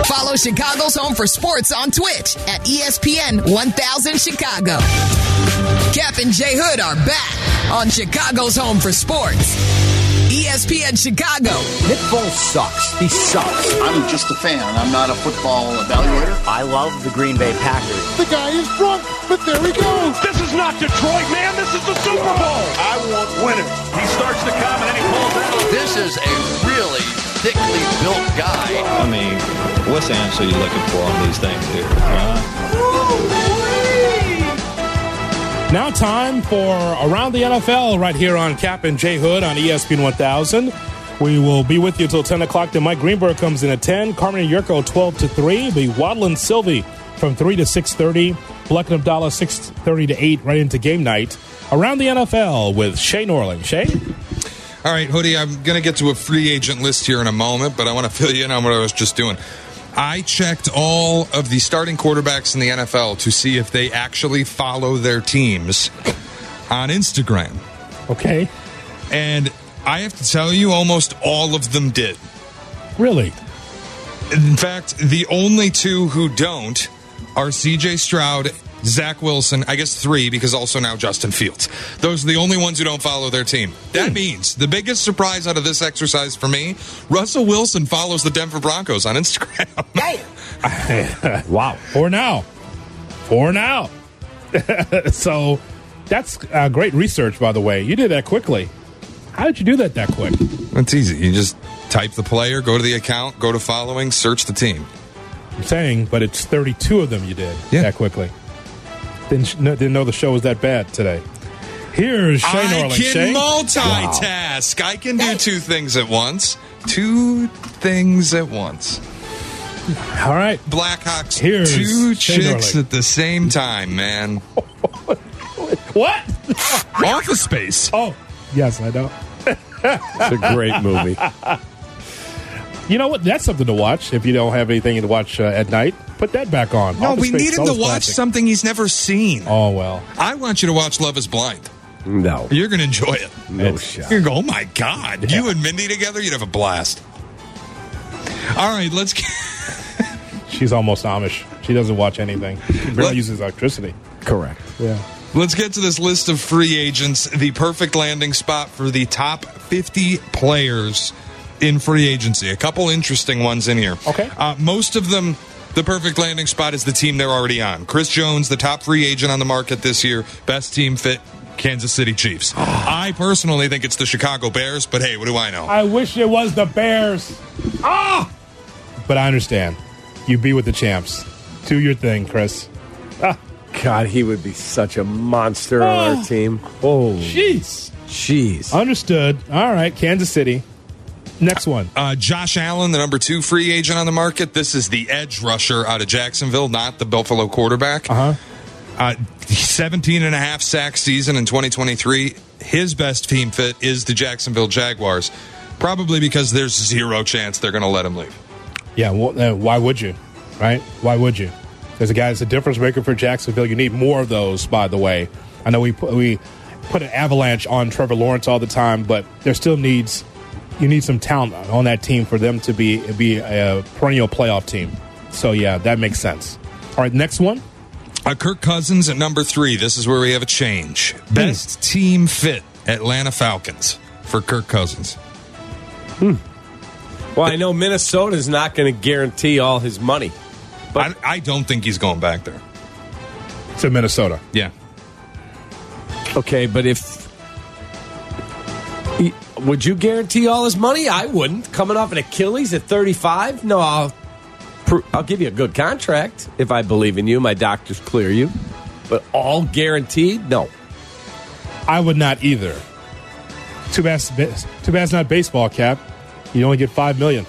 H: Follow Chicago's Home for Sports on Twitch at E ESPN 1000 Chicago. Cap and Jay Hood are back on Chicago's Home for Sports. E ESPN Chicago.
L: Pitbull sucks. He sucks. I'm just a fan. I'm not a football evaluator. I love the Green Bay Packers.
M: The guy is drunk, but there he goes. This is not Detroit, man. This is the Super Bowl. I want winners. He starts to come and then he pulls out. This is a really thickly built guy.
N: I mean, what's the answer you're looking for on these things here? Huh?
F: Now, time for Around the NFL right here on Cap and J Hood on E ESPN 1000. We will be with you until 10 o'clock. Then Mike Greenberg comes in at 10. Carmen and Yurko 12 to 3. The Waddle and Sylvie from 3 to 6.30. Black and Abdallah 6.30 to 8 right into game night. Around the NFL with Shay Norling. Shay?
G: All right, Hoodie, I'm going to get to a free agent list here in a moment, but I want to fill you in on what I was just doing. I checked all of the starting quarterbacks in the NFL to see if they actually follow their teams on Instagram.
F: Okay.
G: And I have to tell you, almost all of them did.
F: Really?
G: In fact, the only two who don't are CJ Stroud, Zach Wilson, I guess three, because also now Justin Fields. Those are the only ones who don't follow their team.
F: Hmm.
G: That means the biggest surprise out of this exercise for me Russell Wilson follows the Denver Broncos on Instagram.
F: wow. For now. For now. so that's uh, great research, by the way. You did that quickly. How did you do that that quick?
G: That's easy. You just type the player, go to the account, go to following, search the team.
F: I'm saying, but it's 32 of them you did that quickly. Didn't sh- no, didn't know the show was that bad today. Here's Shane
G: I
F: Orling. Shane?
G: can multitask. I can do two things at once. Two things at once.
F: All right.
G: Blackhawks.
F: Here's
G: two
F: Shane
G: chicks
F: Orling.
G: at the same time, man.
F: what?
G: Office Space.
F: Oh, yes, I know. it's
D: a great movie.
F: You know what? That's something to watch if you don't have anything to watch uh, at night. Put that back on.
G: No,
F: Office
G: Oh, we
F: Space
G: need
F: is
G: him to
F: always
G: watch
F: classic.
G: something he's never seen.
F: Oh well.
G: I want you to watch Love Is Blind.
D: No,
G: you're gonna enjoy it.
D: No shot.
G: You're gonna go. Oh my God! You and Mindy together, you'd have a blast. All right, let's. Get-
F: She's almost Amish. She doesn't watch anything. She barely
G: Let-
F: uses electricity.
D: Correct.
F: Yeah.
G: Let's get to this list of free agents, the perfect landing spot for the top 50 players in free agency. A couple interesting ones in here. Okay. Uh, most of them, the perfect landing spot is the team they're already on. Chris Jones, the top free agent on the market this year, best team fit. Kansas City Chiefs. I personally think it's the Chicago Bears, but hey, what do I know?
F: I wish it was the Bears. Ah! But I understand. You be with the champs. Do your thing, Chris.
D: God, he would be such a monster on
F: Oh.
D: our team. Oh, Uh,
F: jeez,
D: jeez.
F: Understood. All right, Kansas City. Next one.
G: Uh, Josh Allen, the number two free agent on the market. This is the edge rusher out of Jacksonville, not the Buffalo quarterback. Uh-huh. Uh, 17 and a half sack season in 2023. His best team fit is the Jacksonville Jaguars, probably because there's zero chance they're going to let him leave.
F: Yeah, well, uh, why would you? Right? Why would you? There's a guy that's a difference maker for Jacksonville. You need more of those, by the way. I know we put, we put an avalanche on Trevor Lawrence all the time, but there still needs you need some talent on that team for them to be be a perennial playoff team. So yeah, that makes sense. All right, next one.
G: Uh, Kirk Cousins at number three. This is where we have a change. Best team fit Atlanta Falcons for Kirk Cousins.
D: Well, I know Minnesota's not going to guarantee all his money.
G: But I, I don't think he's going back there.
F: To Minnesota.
G: Yeah.
D: Okay, but if would you guarantee all his money? I wouldn't. Coming off an Achilles at 35? No, I'll pr- I'll give you a good contract if I believe in you. My doctors clear you. But all guaranteed? No.
F: I would not either. Too bad, it's- too bad it's not baseball cap. You only get five million.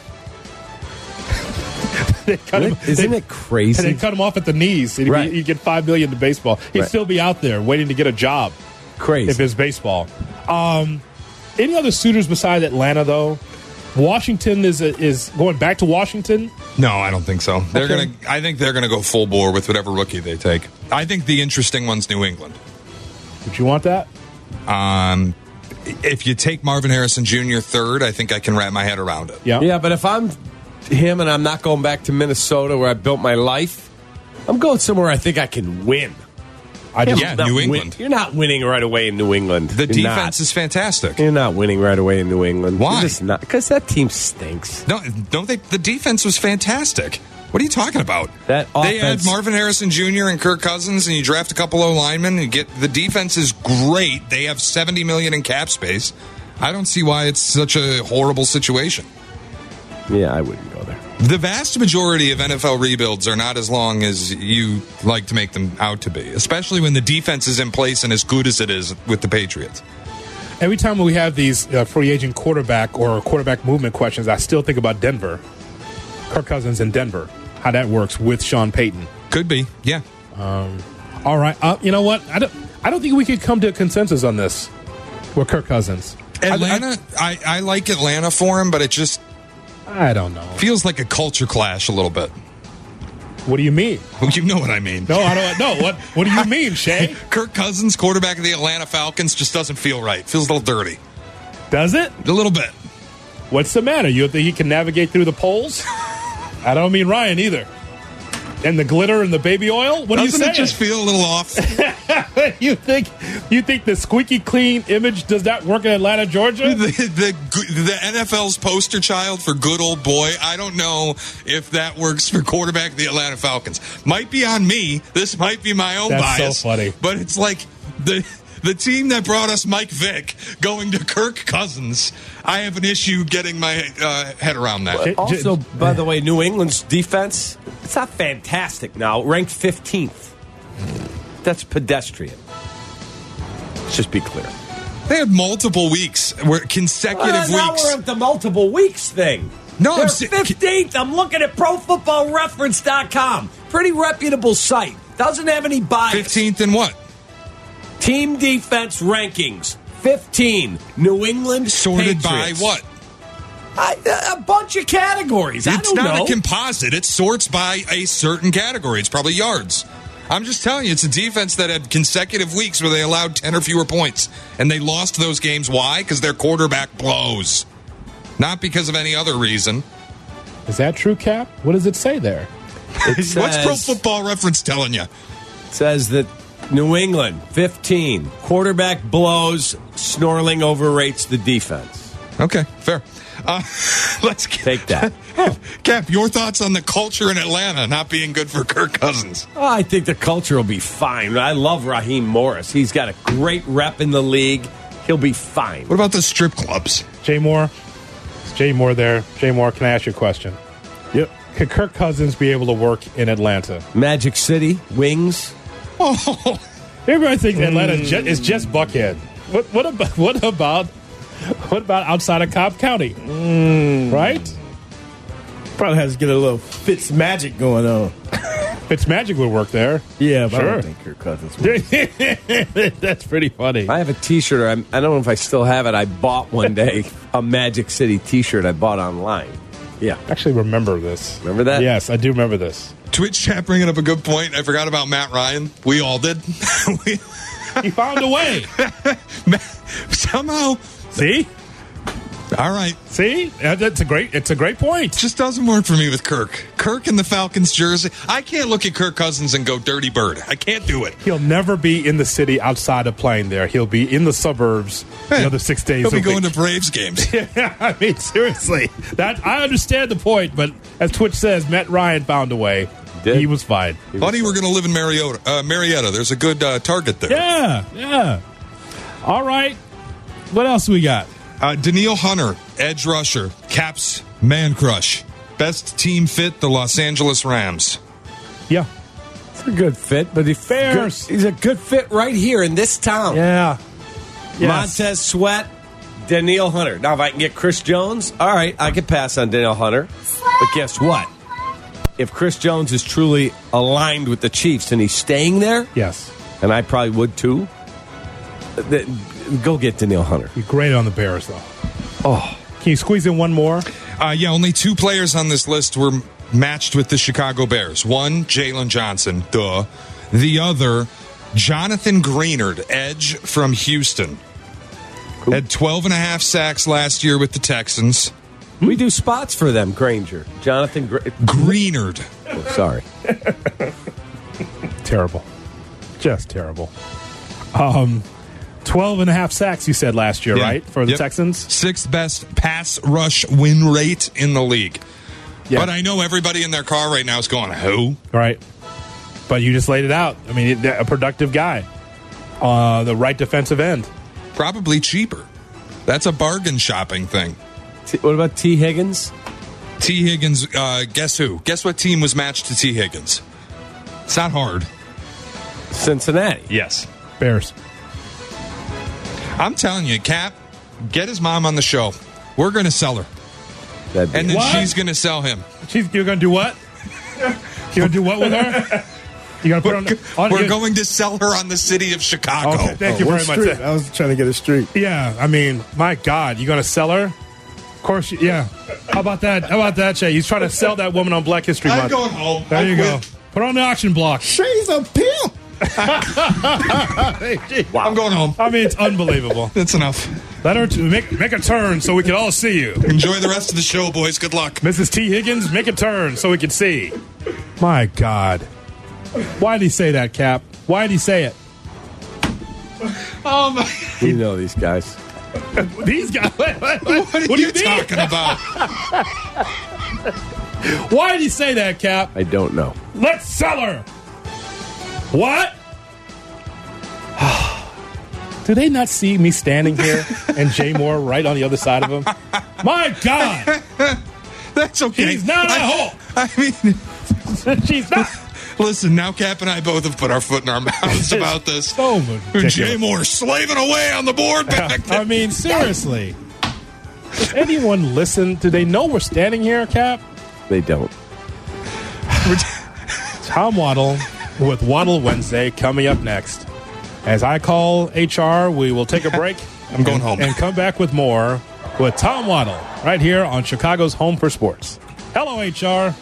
F: they cut him,
D: Isn't
F: they-
D: it crazy?
F: And they cut him off at the knees. And
D: Right.
F: You you get five million to baseball. He'd
D: Right.
F: still be out there waiting to get a job.
D: Crazy.
F: If it's baseball. Um, any other suitors besides Atlanta though? Washington is is going back to Washington.
G: No, I don't think so. They're
F: Okay.
G: gonna. I think they're gonna go full bore with whatever rookie they take. I think the interesting one's New England.
F: Would you want that?
G: Um, if you take Marvin Harrison Jr. third, I think I can wrap my head around it.
D: Yeah, but if I'm him and I'm not going back to Minnesota where I built my life, I'm going somewhere I think I can win.
F: I
G: just- Yeah, New England.
D: You're not winning right away in New England.
G: The
D: You're
G: defense
D: not.
G: is fantastic.
D: You're not winning right away in New England.
G: Why?
D: You're just not because that team stinks.
G: No, don't they? The defense was fantastic. What are you talking about?
D: That
G: They had
D: offense-
G: Marvin Harrison Jr. and Kirk Cousins, and you draft a couple of linemen. And you get the defense is great. They have seventy million in cap space. I don't see why it's such a horrible situation.
D: Yeah, I wouldn't go there.
G: The vast majority of NFL rebuilds are not as long as you like to make them out to be, especially when the defense is in place and as good as it is with the Patriots.
F: Every time we have these uh, free agent quarterback or quarterback movement questions, I still think about Denver, Kirk Cousins in Denver, how that works with Sean Payton.
G: Could be, yeah.
F: Um, all right, uh, you know what? I don't. I don't think we could come to a consensus on this. With Kirk Cousins,
G: Atlanta, I, I, like Atlanta for him, but it just
F: I don't know.
G: feels like a culture clash a little bit.
F: What do you mean?
G: You know what I mean.
F: No, I don't know. What What do you mean, Shay?
G: Kirk Cousins, quarterback of the Atlanta Falcons, just doesn't feel right. Feels a little dirty.
F: Does it?
G: A little bit.
F: What's the matter? You think he can navigate through the polls? I don't mean Ryan either. And the glitter and the baby oil. What
G: Doesn't
F: do you
G: it
F: say?
G: just feel a little off?
F: you think you think the squeaky clean image does not work in Atlanta, Georgia?
G: the the the NFL's poster child for good old boy. I don't know if that works for quarterback of the Atlanta Falcons. Might be on me. This might be my own
F: That's so
G: bias.
F: funny.
G: But it's like the the team that brought us Mike Vick going to Kirk Cousins. I have an issue getting my uh, head around that.
D: Also, by the way, New England's defense, it's not fantastic now. Ranked 15th. That's pedestrian. Let's just be clear.
G: they had multiple weeks, where consecutive
D: Uh, now
G: weeks.
D: we're at the multiple weeks thing.
G: No, I'm
D: They're
G: si-
D: 15th. I'm looking at profootballreference.com. Pretty reputable site. Doesn't have any bias.
G: 15th in what?
D: Team defense rankings. 15. New England
G: Sorted by
D: Patriots.
G: what?
D: I, a bunch of categories. I
G: It's
D: don't
G: not
D: know.
G: a composite. It sorts by a certain category. It's probably yards. I'm just telling you, it's a defense that had consecutive weeks where they allowed 10 or fewer points. And they lost those games. Why? Because their quarterback blows. Not because of any other reason.
F: Is that true, Cap? What does it say there?
G: What's Pro
D: Football Reference telling you? It says that New England 15 quarterback blows, Snorling overrates the defense.
G: Okay, fair. Uh, let's
D: take that.
G: Cap, your thoughts on the culture in Atlanta not being good for Kirk Cousins?
D: Oh, I think the culture will be fine. I love Raheem Morris. He's got a great rep in the league. He'll be fine.
G: What about the strip clubs?
F: Jay Moore, it's Jay Moore there. Jay Moore, can I ask you a question? Yep. Could Kirk Cousins be able to work in Atlanta?
D: Magic City wings.
F: Oh, everybody thinks Atlanta is ju-
O: Mm.
F: is just Buckhead. What, what about what about what about outside of Cobb County? Right?
B: Probably has to get a little Fitz magic going on.
F: Fitz magic would work there.
B: Yeah, but I
F: Sure.
B: don't think Kirk Cousins would.
F: That's pretty funny.
D: I have a T-shirt. I'm, I don't know if I still have it. I bought one day a Magic City T-shirt. I bought online. Yeah,
F: actually remember this.
D: Remember that?
F: Yes, I do remember this.
G: Twitch chat bringing up a good point. I forgot about Matt Ryan. We all did. we...
F: You found a way.
G: Somehow.
F: See?
G: All right.
F: See? That's a great it's a great point.
G: Just doesn't work for me with Kirk. Kirk in the Falcons jersey. I can't look at Kirk Cousins and go dirty bird. I can't do it.
F: He'll never be in the city outside of playing there. He'll be in the suburbs the other six days.
G: He'll
F: a
G: be
F: week.
G: going to Braves games.
F: yeah, I mean, seriously, that I understand the point, but as Twitch says, Matt Ryan found a way. He was fine.
G: Buddy, we're going to live in Mariota. Uh, Marietta. There's a good uh, target there.
F: Yeah, yeah. All right. What else we got?
G: Uh, Daniil Hunter, edge rusher, Caps man crush, best team fit the Los Angeles Rams.
F: Yeah,
D: it's a good fit, but he's good, He's a good fit right here in this town.
F: Yeah,
D: Montez Sweat, Daniil Hunter. Now, if I can get Chris Jones, all right, I could pass on Daniil Hunter. But guess what? If Chris Jones is truly aligned with the Chiefs and he's staying there,
F: yes,
D: and I probably would too. th- Go get Daniil Hunter.
F: You're great on the Bears, though. Oh, can you squeeze in one more?
G: Uh, yeah, only two players on this list were m- matched with the Chicago Bears. One, Jalen Johnson, duh. The other, Jonathan Greenard, edge from Houston. Had 12 and a half sacks last year with the Texans.
D: We do spots for them, Granger. Jonathan Gr-
G: Greenard.
D: sorry.
F: Terrible. Just terrible. Um, 12 and a half sacks, you said last year,
G: Yeah.
F: right? For the
G: Yep.
F: Texans?
G: Sixth best pass rush win rate in the league. But I know everybody in their car right now is going, who?
F: Right. But you just laid it out. I mean, it- a productive guy. Uh, the right defensive end.
G: Probably cheaper. That's a bargain shopping thing.
D: What about T. Higgins?
G: T. Higgins, uh, guess who? Guess what team was matched to T. Higgins? It's not hard.
D: Cincinnati.
G: Yes.
F: Bears.
G: I'm telling you, Cap, get his mom on the show. We're going to sell her.
D: And
G: then
F: What?
G: she's going to sell him.
F: She's, you're going to do what? You're going to do what with her? You're going to put her on. on
G: We're
F: you-
G: going to Oh, sell her on the city of Chicago.
F: Okay, thank
B: oh,
F: you very much. I was trying to get a street. Yeah, I mean, my God, you going to sell her? Of course, you, yeah. How about that? How about that, Jay? He's trying to sell that woman on Black History
M: I'm
F: Month.
M: going home.
F: There
M: I
F: you go.
M: quit.
F: Put her on the auction block.
M: She's a pimp.
G: I'm going home.
F: I mean, it's unbelievable.
G: That's enough.
F: Let her to make make a turn so we can all see you.
G: Enjoy the rest of the show, boys. Good luck.
F: Mrs. T. Higgins, make a turn so we can see. My God. Why'd he say that, Cap? Why'd he say it?
G: Oh, my.
D: You know these guys.
F: These guys. What, are
M: you
F: mean?
M: talking
G: about?
F: Why'd he say that, Cap?
D: I don't know.
F: Let's sell her. What? Do they not see me standing here and Jay Moore right on the other side of him? My God.
G: That's okay.
F: He's not a
G: I-
F: hole.
G: I mean,
F: she's not.
G: Listen, now Cap and I both have put our foot in our mouths about this.
F: Oh,
G: Jay
F: ridiculous.
G: Moore slaving away on the board back there.
F: I mean, seriously. Does anyone listen? Do they know we're standing here, Cap?
D: They don't.
F: Tom Waddle with Waddle Wednesday coming up next. As I call HR, we will take a break. I'm going home. And come back with more with Tom Waddle right here on Chicago's Home for Sports. Hello, HR.